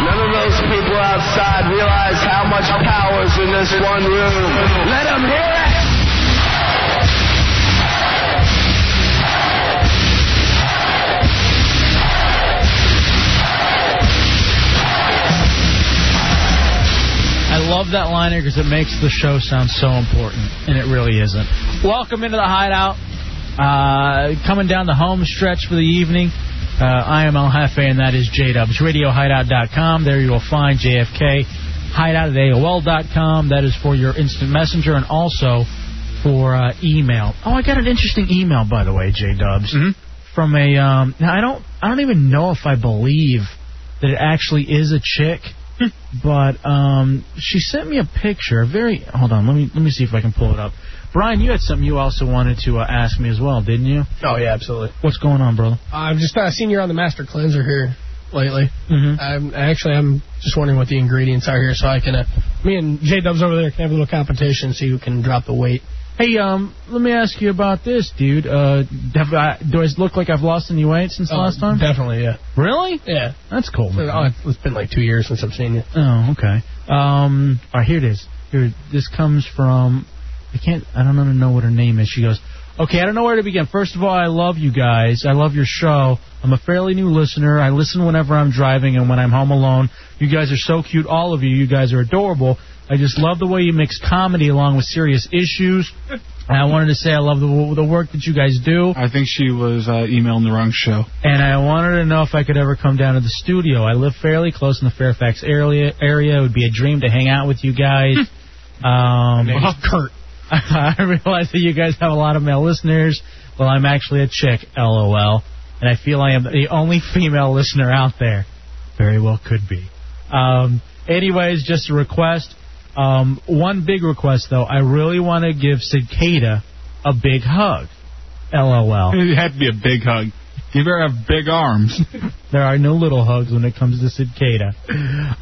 None of those people outside realize how much power is in this one room. Let them hear it!
I love that liner because it makes the show sound so important, and it really isn't. Welcome into the hideout. Uh, coming down the home stretch for the evening. Uh, I am El Jefe, and that is J Dubs. RadioHideout.com. There you will find JFK. Hideout at AOL.com. That is for your instant messenger and also for uh, email. Oh, I got an interesting email by the way, J Dubs, from a. Um, now I don't. I don't even know if I believe that it actually is a chick, but um, she sent me a picture. a Very. Hold on. Let me let me see if I can pull it up. Brian, you had something you also wanted to uh, ask me as well, didn't you?
Oh yeah, absolutely.
What's going on, brother?
I've just uh, seen you're on the Master Cleanser here lately.
Mm-hmm.
I'm actually I'm just wondering what the ingredients are here, so I can. Uh, me and J Dubs over there can have a little competition, see who can drop the weight.
Hey, um, let me ask you about this, dude. Uh, have I, do I look like I've lost any weight since
Oh,
last time?
Definitely, yeah.
Really?
Yeah.
That's cool. Man.
Oh, it's been like two years since I've seen you.
Oh, okay. Um, all right, here it is. Here, this comes from. I can't. I don't even know what her name is. She goes, "Okay, I don't know where to begin. First of all, I love you guys. I love your show. I'm a fairly new listener. I listen whenever I'm driving and when I'm home alone. You guys are so cute, all of you. You guys are adorable. I just love the way you mix comedy along with serious issues. And I wanted to say I love the the work that you guys do.
I think she was uh, emailing the wrong show.
and I wanted to know if I could ever come down to the studio. I live fairly close in the Fairfax area. Area it would be a dream to hang out with you guys. um,
name's Kurt.
I realize that you guys have a lot of male listeners. Well, I'm actually a chick, lol, and I feel I am the only female listener out there. Very well, could be. Um, anyways, just a request. Um, one big request though. I really want to give Cicada a big hug. LOL.
It had to be a big hug. You better have big arms.
There are no little hugs when it comes to cicada.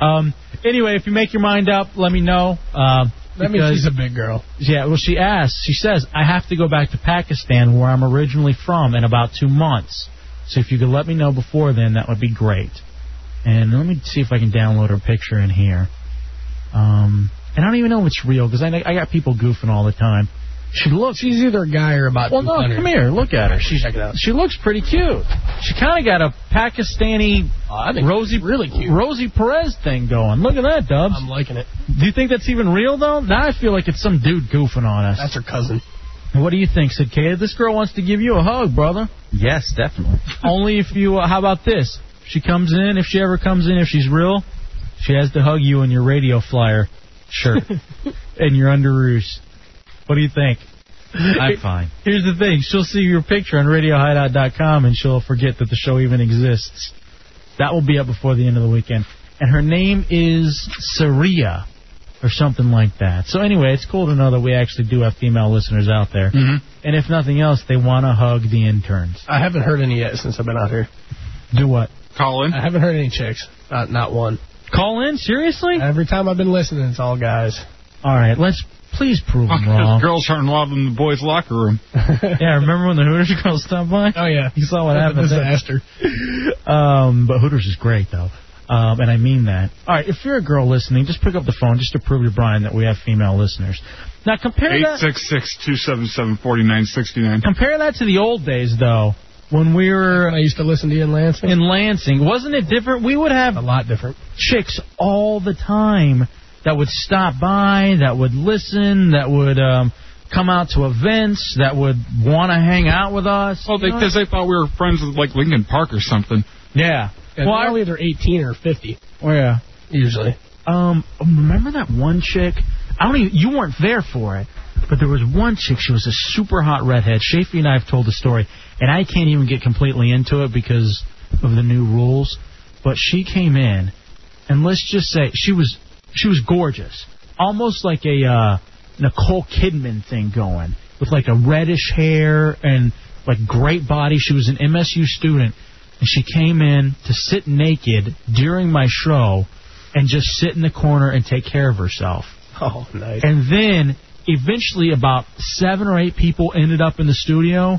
Um, anyway, if you make your mind up, let me know. Uh,
That means
because-
she's a big girl.
Yeah, well, she asks. She says, "I have to go back to Pakistan, where I'm originally from, in about two months. So if you could let me know before then, that would be great." And let me see if I can download her picture in here. Um, and I don't even know if it's real because I, I got people goofing all the time. She looks.
She's either a guy or about.
Well, no,
200.
come here. Look at her. She's
Check it out.
she looks pretty cute. She kind of got a Pakistani
Oh, I think
Rosie
really cute.
Rosie Perez thing going. Look at that, Dubs.
I'm liking it.
Do you think that's even real though? Now I feel like it's some dude goofing on us.
That's her cousin.
What do you think, Cicada? This girl wants to give you a hug, brother.
Yes, definitely.
Only if you. Uh, how about this? She comes in. If she ever comes in, if she's real, she has to hug you in your radio flyer shirt and your underoos. What do you think?
I'm fine.
Here's the thing: she'll see your picture on RadioHideout.com and she'll forget that the show even exists. That will be up before the end of the weekend. And her name is Saria, or something like that. So anyway, it's cool to know that we actually do have female listeners out there. And if nothing else, they want to hug the interns.
I haven't heard any yet since I've been out here.
Do what?
Call in.
I haven't heard any chicks. Not not one.
Call in? Seriously?
Every time I've been listening, it's all guys.
All right, let's please prove them
Because
wrong.
girls aren't allowed in the boys' locker room.
yeah, remember when the Hooters girls stopped by?
Oh yeah,
You saw what happened. there.
Disaster.
Um, but Hooters is great though. Um, and I mean that. All right, if you're a girl listening, just pick up the phone just to prove to Brian that we have female listeners. Now compare
Eight
that
six six two seven seven forty nine sixty nine.
compare that to the old days though, when we were
I used to listen to you in Lansing.
in Lansing. Wasn't it different? We would have
A lot different.
chicks all the time. that would stop by, that would listen, that would um, come out to events, that would want to hang out with us.
Well,
you know?
because Oh, they thought we were friends with like Lincoln Park or something.
Yeah.
well, I either 18 or 50.
Oh yeah.
Usually.
Um, remember that one chick? I don't even. You weren't there for it, but there was one chick. She was a super hot redhead. Shafi and I have told the story, and I can't even get completely into it because of the new rules. But she came in, and let's just say she was she was gorgeous, almost like a uh, Nicole Kidman thing going, with like a reddish hair and like great body. She was an MSU student, and she came in to sit naked during my show and just sit in the corner and take care of herself.
Oh, nice.
And then eventually about seven or eight people ended up in the studio,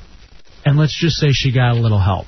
and let's just say she got a little help.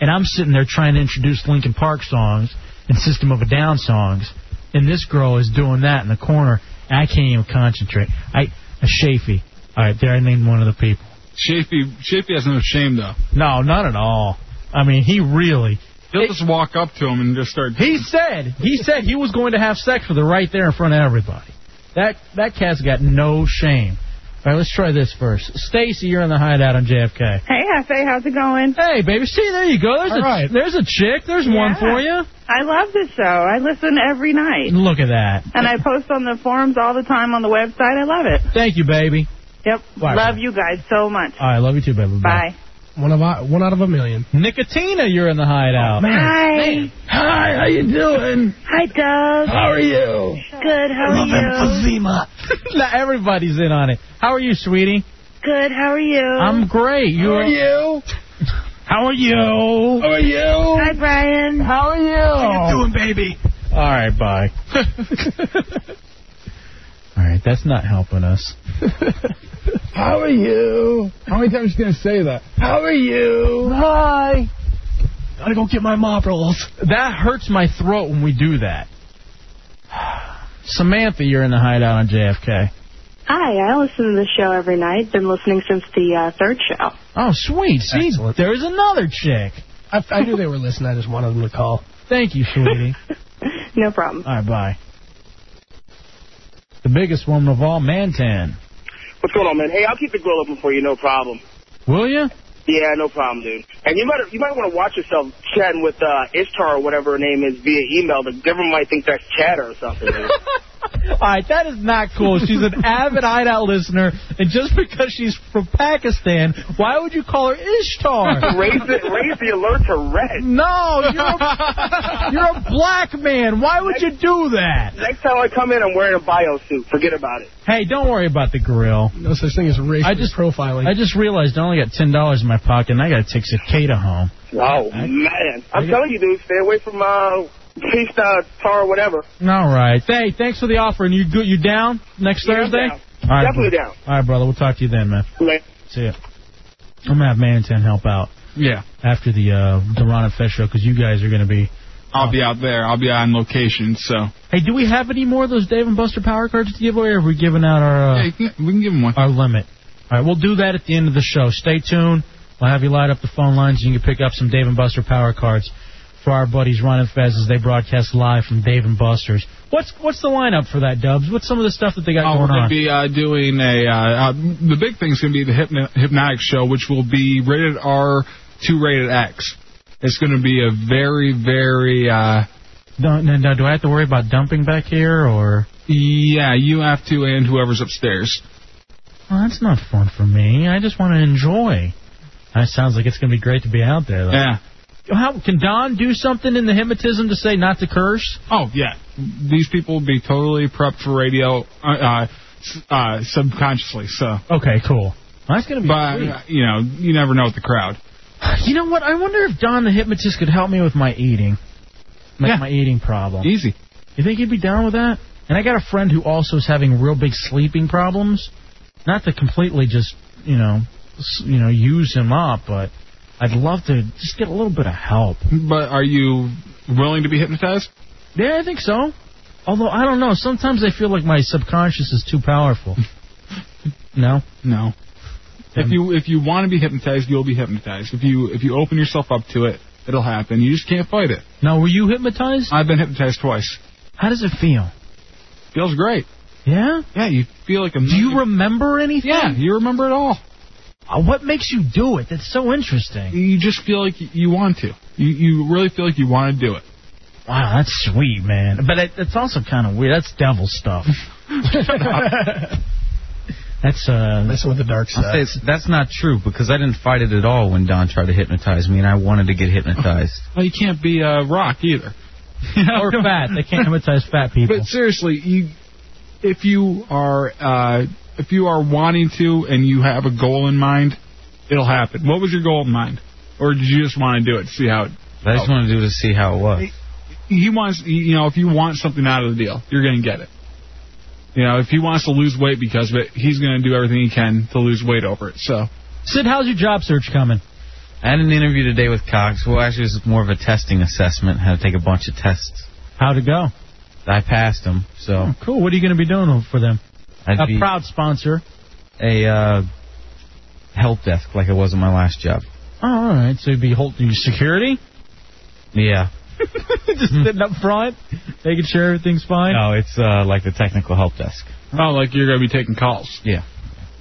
And I'm sitting there trying to introduce Linkin Park songs and System of a Down songs, and this girl is doing that in the corner, and I can't even concentrate. I, a Shafi. All right, there I named one of the people.
Chafee Chafee has no shame though.
No, not at all. I mean, he really.
They'll just walk up to him and just start.
He said he said he was going to have sex with her right there in front of everybody. That that cat's got no shame. All right, let's try this first. Stacy, you're in the hideout on JFK.
Hey, Hefe, how's it going?
Hey, baby. See, there you go. Oh, There's
All
a
right.
there's a chick. There's one
Yeah.
for you.
I love this show. I listen every night.
Look at that.
And I post on the forums all the time on the website. I love it.
Thank you, baby.
Yep.
Bye.
Love you guys so much.
All right, love you too, baby.
Bye.
One of one out of a million. Nicotina, you're in the
Oh,
hideout.
Hi.
Hi, how you doing?
Hi, Doug.
How are you?
Good, how are you?
Now everybody's in on it. How are you, sweetie?
Good, how are you?
I'm great. You
How
are
are you?
How are you? How
are you? Hi, Brian.
How are you?
How
you doing, baby? Oh. All right, bye. All right, that's not helping us.
How are you? How many times are you gonna say that?
How are you? Hi.
Gotta go get my mop rolls.
That hurts my throat when we do that. Samantha, you're in the hideout on JFK.
Hi, I listen to the show every night. Been listening since the uh, third show.
Oh, sweet. See, there's another chick.
I, I knew they were listening. I just wanted them to call.
Thank you, sweetie.
No problem.
All right, bye. The biggest woman of all, Mantan.
What's going on, man? Hey, I'll keep the grill open for you, no problem.
Will you?
Yeah, no problem, dude. And you might you might want to watch yourself chatting with uh, Ishtar or whatever her name is via email. The government might think that's chatter or something. dude.
All right, that is not cool. She's an avid hideout listener, and just because she's from Pakistan, why would you call her Ishtar?
raise the raise the alert to red.
No, you're a, you're a black man. Why would you do that?
Next time I come in, I'm wearing a bio suit. Forget about it.
Hey, don't worry about the grill.
No such thing as racial profiling.
I just realized I only got ten dollars in my pocket, and I got to take Cicada home.
Oh man, I'm telling you, dude, stay away from uh, Feast uh, Tar or whatever.
All right. Hey, thanks for the offer. And you good? You down next
Yeah, I'm
Thursday?
down.
All right,
Definitely
bro-
down.
All right, brother. We'll talk to you then, man.
Later.
See ya. I'm gonna have Mantan help out.
Yeah.
After the uh, the Ron and Fez show, because you guys are gonna be.
I'll be out there. I'll be on location. So
Hey, do we have any more of those Dave and Buster power cards to give away? Or have we given out our? Uh,
Yeah, we can give them one.
Our limit. All right, we'll do that at the end of the show. Stay tuned. We'll have you light up the phone lines. You can pick up some Dave and Buster power cards for our buddies Ron and Fez as they broadcast live from Dave and Buster's. What's what's the lineup for that, Dubs? What's some of the stuff that they got
we're
going
going to
on?
be uh, doing a. Uh, uh, the big thing's going to be the hypno- hypnotic show, which will be rated R to rated X. It's going to be a very, very. Uh,
Don't- now, now, do I have to worry about dumping back here, or
yeah, you have to, and whoever's upstairs.
well, that's not fun for me. I just want to enjoy. That sounds like it's going to be great to be out there. Though.
Yeah.
How can Don do something in the hypnotism to say not to curse?
Oh yeah, these people will be totally prepped for radio, uh, uh, s- uh, subconsciously. So.
Okay, cool. That's going to be.
But
sweet.
uh, you know, you never know with the crowd.
You know what? I wonder if Don the hypnotist could help me with my eating, like my eating problem.
Easy.
You think he'd be down with that? And I got a friend who also is having real big sleeping problems. Not to completely just you know s- you know use him up, but I'd love to just get a little bit of help.
But are you willing to be hypnotized?
Yeah, I think so. Although I don't know, sometimes I feel like my subconscious is too powerful. no.
No. If you if you want to be hypnotized, you'll be hypnotized. If you if you open yourself up to it, it'll happen. You just can't fight it.
Now, were you hypnotized?
I've been hypnotized twice.
How does it feel?
Feels great.
Yeah?
Yeah, you feel like a.
Do you remember anything?
Yeah, you remember it all.
Uh, what makes you do it? That's so interesting.
You just feel like you want to. You you really feel like you want to do it.
Wow, that's sweet, man. But it, it's also kind of weird. That's devil stuff. that's uh.
Messing with the dark
I'll say
side.
it's, that's not true because I didn't fight it at all when Don tried to hypnotize me, and I wanted to get hypnotized.
Well, you can't be uh, rock either.
or fat. They can't hypnotize fat people.
But seriously, you if you are uh, if you are wanting to and you have a goal in mind, it'll happen. What was your goal in mind, or did you just want to do it to see how it?
I just wanted to do it to see how it was.
He wants you know if you want something out of the deal, you're gonna get it. You know if he wants to lose weight because of it, he's gonna do everything he can to lose weight over it. So
Sid, how's your job search coming?
I had an interview today with Cox. Well, actually, it was more of a testing assessment. Had to take a bunch of tests.
How'd it go?
I passed them, so
Cool. What are you going to be doing for them?
I'd
a
be
proud sponsor.
a uh, help desk like I was in my last job.
Oh, all right. So you'd be holding security,
Yeah.
Hmm. just sitting up front, making sure everything's fine.
No, it's uh, like the technical help desk.
Oh, like you're gonna be taking calls.
Yeah.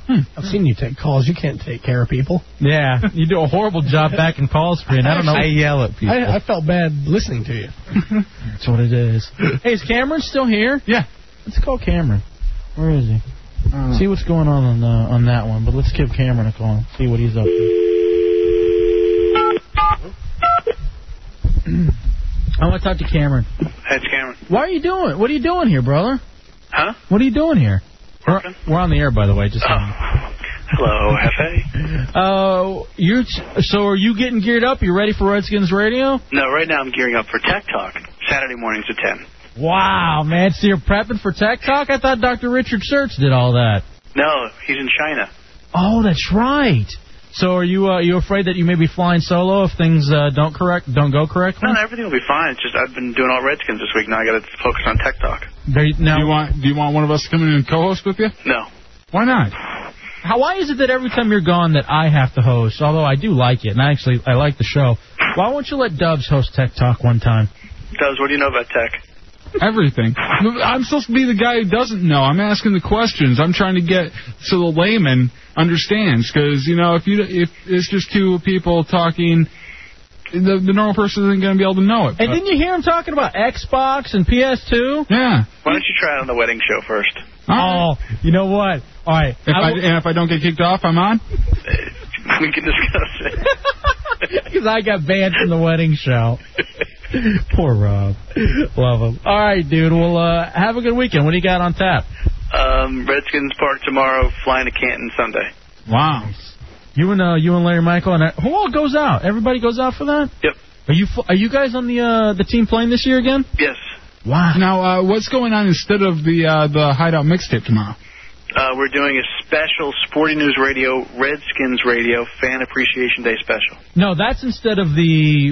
Hmm. I've seen you take calls. You can't take care of people.
Yeah, you do a horrible job back in call screen. I don't know.
I yell at people.
I, I felt bad listening to you.
That's what it is. hey, is Cameron still here?
Yeah.
Let's call Cameron. Where is he? See what's going on on, uh, on that one. But let's give Cameron a call and see what he's up to. I want to talk to Cameron.
That's Cameron.
Why are you doing? What are you doing here, brother?
Huh?
What are you doing here? We're, we're on the air, by the way. Just.
Hello, FA.
Uh, you. So are you getting geared up? You ready for Redskins radio?
No, right now I'm gearing up for Tech Talk. Saturday mornings at 10.
Wow, man. So you're prepping for Tech Talk? I thought Dr. Richard Search did all that.
No, he's in China.
Oh, that's right. So are you uh, you afraid that you may be flying solo if things uh, don't correct don't go correctly?
No, no, everything will be fine. It's just I've been doing all Redskins this week. Now I got to focus on Tech Talk.
There, now,
do you want do you want one of us to come in and co-host with you?
No.
Why not?
How why is it that every time you're gone that I have to host? Although I do like it, and I actually I like the show. Why won't you let Dubs host Tech Talk one time?
Does what do you know about tech?
Everything. I'm supposed to be the guy who doesn't know. I'm asking the questions. I'm trying to get so the layman understands. Because you know, if you if it's just two people talking, the the normal person isn't going to be able to know it.
Uh,
And didn't you hear him talking about Xbox and PS2?
Yeah.
Why don't you try it on the wedding show first?
Oh, you know what? All right.
If I,
I will-
and if I don't get kicked off, I'm on.
We can discuss it.
Because I got banned from the wedding show. Poor Rob. Love him. All right, dude. Well, uh, have a good weekend. What do you got on tap?
Um, Redskins Park tomorrow, flying to Canton Sunday.
Wow. You and uh, you and Larry Michael and I, who all goes out? Everybody goes out for that.
Yep.
Are you fl- are you guys on the uh, the team playing this year again?
Yes.
Wow.
Now, uh, what's going on instead of the uh, the hideout mixtape tomorrow?
Uh, we're doing a special Sporting News Radio, Redskins Radio Fan Appreciation Day special.
No, that's instead of the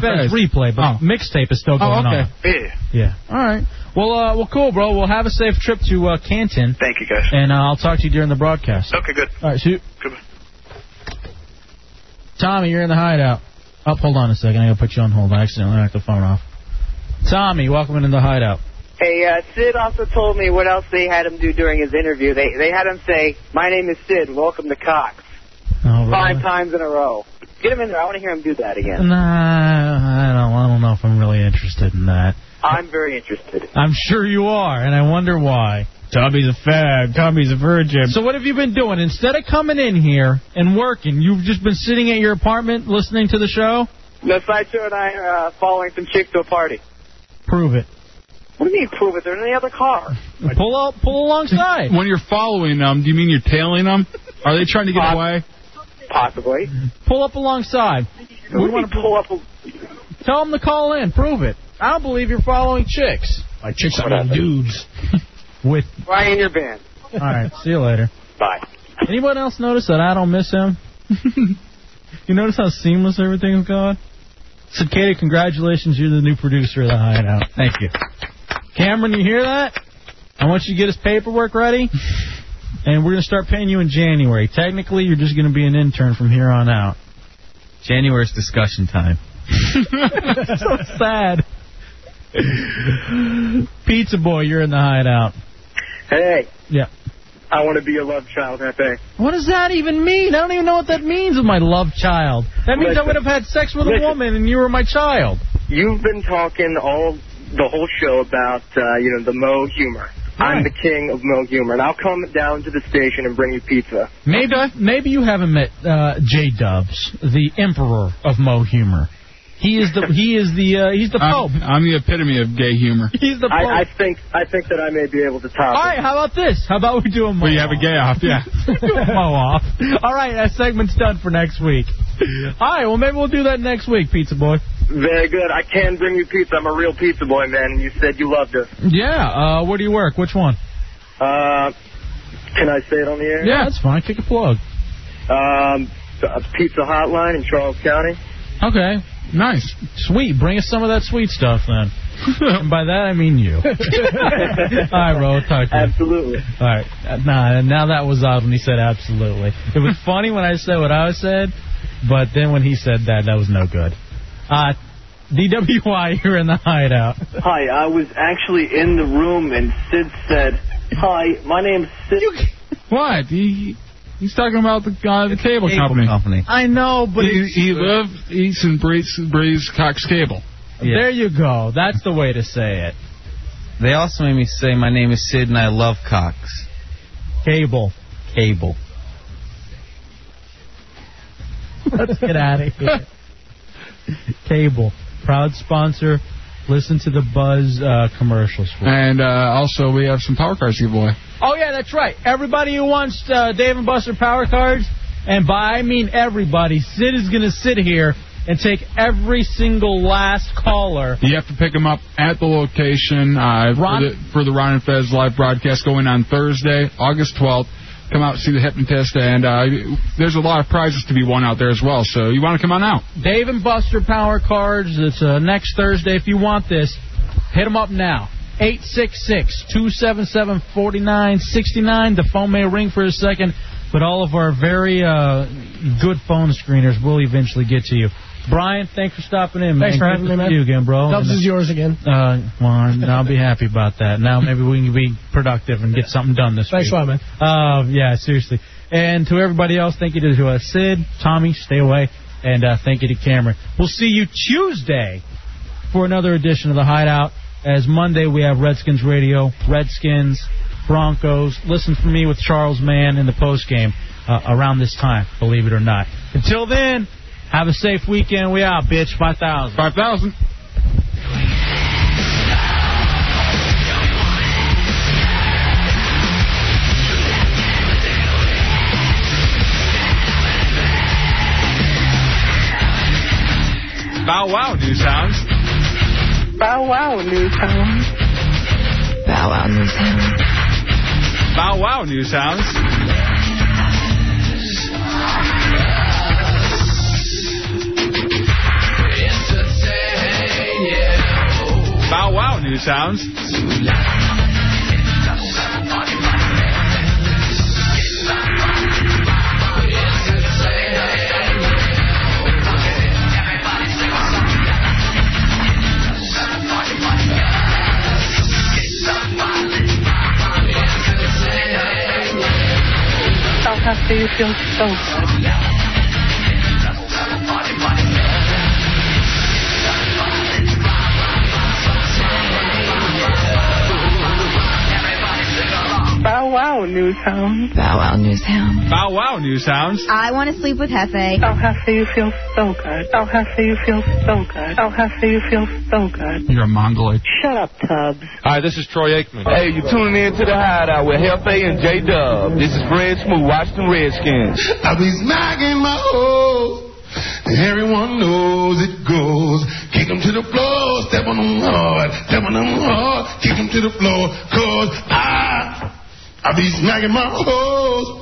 Ron
Fez
Fez.
replay, but mixtape is still
Oh,
going on.
Yeah.
Yeah. All right. Well, uh, well, cool, bro. We'll have a safe trip to uh, Canton.
Thank you, guys.
And uh, I'll talk to you during the broadcast.
Okay, good.
All right, shoot.
Goodbye.
Tommy, you're in the hideout. Up, oh, hold on a second. I gotta put you on hold. I accidentally knocked the phone off. Tommy, welcome into the hideout.
Hey, uh, Sid also told me what else they had him do during his interview. They they had him say, "My name is Sid. Welcome to Cox."
Oh,
Five times in a row. Get him in there. I want to hear him do that again.
Nah, I don't. I don't know if I'm really interested in that.
I'm very interested.
I'm sure you are, and I wonder why. Tommy's a fag. Tommy's a virgin. So what have you been doing? Instead of coming in here and working, you've just been sitting at your apartment listening to the show.
No, Sideshow and I are uh, following some chick to a party.
Prove it.
What do you mean prove it? They're in the other car.
Pull up, pull alongside.
When you're following them, do you mean you're tailing them? Are they trying to
Uh,
get away?
Possibly.
Pull up alongside.
We want to pull up. A...
Tell them to call in. Prove it. I don't believe you're following chicks.
My chicks are all dudes.
With
Right in your band.
all right. See you later.
Bye.
Anyone else notice that I don't miss him? you notice how seamless everything's gone? Cicada, congratulations. You're the new producer of the Hideout. Thank you. Cameron, you hear that? I want you to get his paperwork ready, and we're going to start paying you in January. Technically, you're just going to be an intern from here on out.
January's discussion time.
so sad. Pizza Boy, you're in the Hideout.
Hey.
Yeah.
I want to be a love child, Hefe.
What does that even mean? I don't even know what that means with my love child. That means I would have had sex with a woman and you were my child.
You've been talking all the whole show about uh, you know the Mo humor. I'm the king of Mo humor, and I'll come down to the station and bring you pizza.
Maybe maybe you haven't met uh, J Dubs, the emperor of Mo humor. He is the he is the uh, he's the pope.
I'm, I'm the epitome of gay humor.
He's the
I, I think I think that I may be able to top.
All right, how about this? How about we do a mo
Well, you have a gay off, yeah.
do a mo off. All right, that segment's done for next week. All right, well maybe we'll do that next week, Pizza Boy.
Very good. I can bring you pizza. I'm a real pizza boy, man. and You said you loved us.
Yeah. Uh, where do you work? Which one?
Uh, can I say it on the air?
Yeah, that's fine. Kick a plug.
Um, a pizza hotline in Charles County.
Okay. Nice. Sweet. Bring us some of that sweet stuff then. and by that I mean you. All right, Ro. Talk to you.
Absolutely.
All right. Uh, Nah, now that was odd when he said absolutely. It was funny when I said what I said, but then when he said that, that was no good. Uh, DWY, you're in the hideout.
Hi, I was actually in the room and Sid said, "Hi, my name's Sid."
What? He, he's talking about the guy, the cable, company.
I know, but
he,
it's-
he lives, eats, and breathes, breathes Cox Cable.
There you go. That's the way to say it.
They also made me say my name is Sid and I love Cox.
Cable.
Cable.
Let's get out of here. Cable, proud sponsor. Listen to the Buzz uh, commercials for.
And uh, also, we have some power cards to give away.
Oh yeah, that's right. Everybody who wants uh, Dave and Buster power cards, and by I mean everybody, Sid is gonna sit here and take every single last caller.
You have to pick them up at the location uh,
Ron-
for, the, for the Ron and Fez live broadcast going on Thursday, August 12th. Come out, see the hypnotist, and uh, there's a lot of prizes to be won out there as well. So you want to come on out?
Dave and Buster power cards. It's uh, next Thursday. If you want this, hit them up now. 866-277-4969. The phone may ring for a second, but all of our very uh, good phone screeners will eventually get to you. Brian, thanks for stopping in, man.
Thanks for
Good
having
to
me, man.
see You again, bro.
Dubs
And-
is yours again.
Uh, well, I'm- I'll be happy about that. Now maybe we can be productive and get something done this
Thanks
week.
a lot, man.
Uh, yeah, seriously. And to everybody else, thank you to uh, Sid, Tommy, stay away, and uh, thank you to Cameron. We'll see you Tuesday for another edition of the Hideout. As Monday we have Redskins Radio, Redskins, Broncos. Listen for me with Charles Mann in the postgame uh, around this time, believe it or not. Until then, have a safe weekend. We out, bitch. Five thousand.
Five thousand. Bow wow, new sounds.
Bow wow, new town.
Bow wow, new sounds. Bow wow, new sounds. Bow wow, new sounds.
So happy you feel so good. Bow wow, new town.
Bow wow, new sounds. Bow wow, new sounds.
I want to sleep with Hefe.
So happy you feel so good. So happy you feel so good. So happy you feel so good.
You're a mongoloid.
Shut up, Tubbs.
Hi, this is Troy Aikman.
Hey, you're tuning in to the hideout with Hefe and J Dub. This is Fred Smooth, Washington Redskins.
I be smacking my hoes. And everyone knows it goes. Kick 'em to the floor, step on 'em hard, step on 'em hard, kick 'em to the floor, cause I, I be smacking my hoes.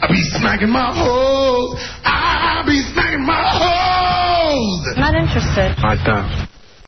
I be smacking my hoes. I be smacking my hoes.
Not interested.
Five thousand.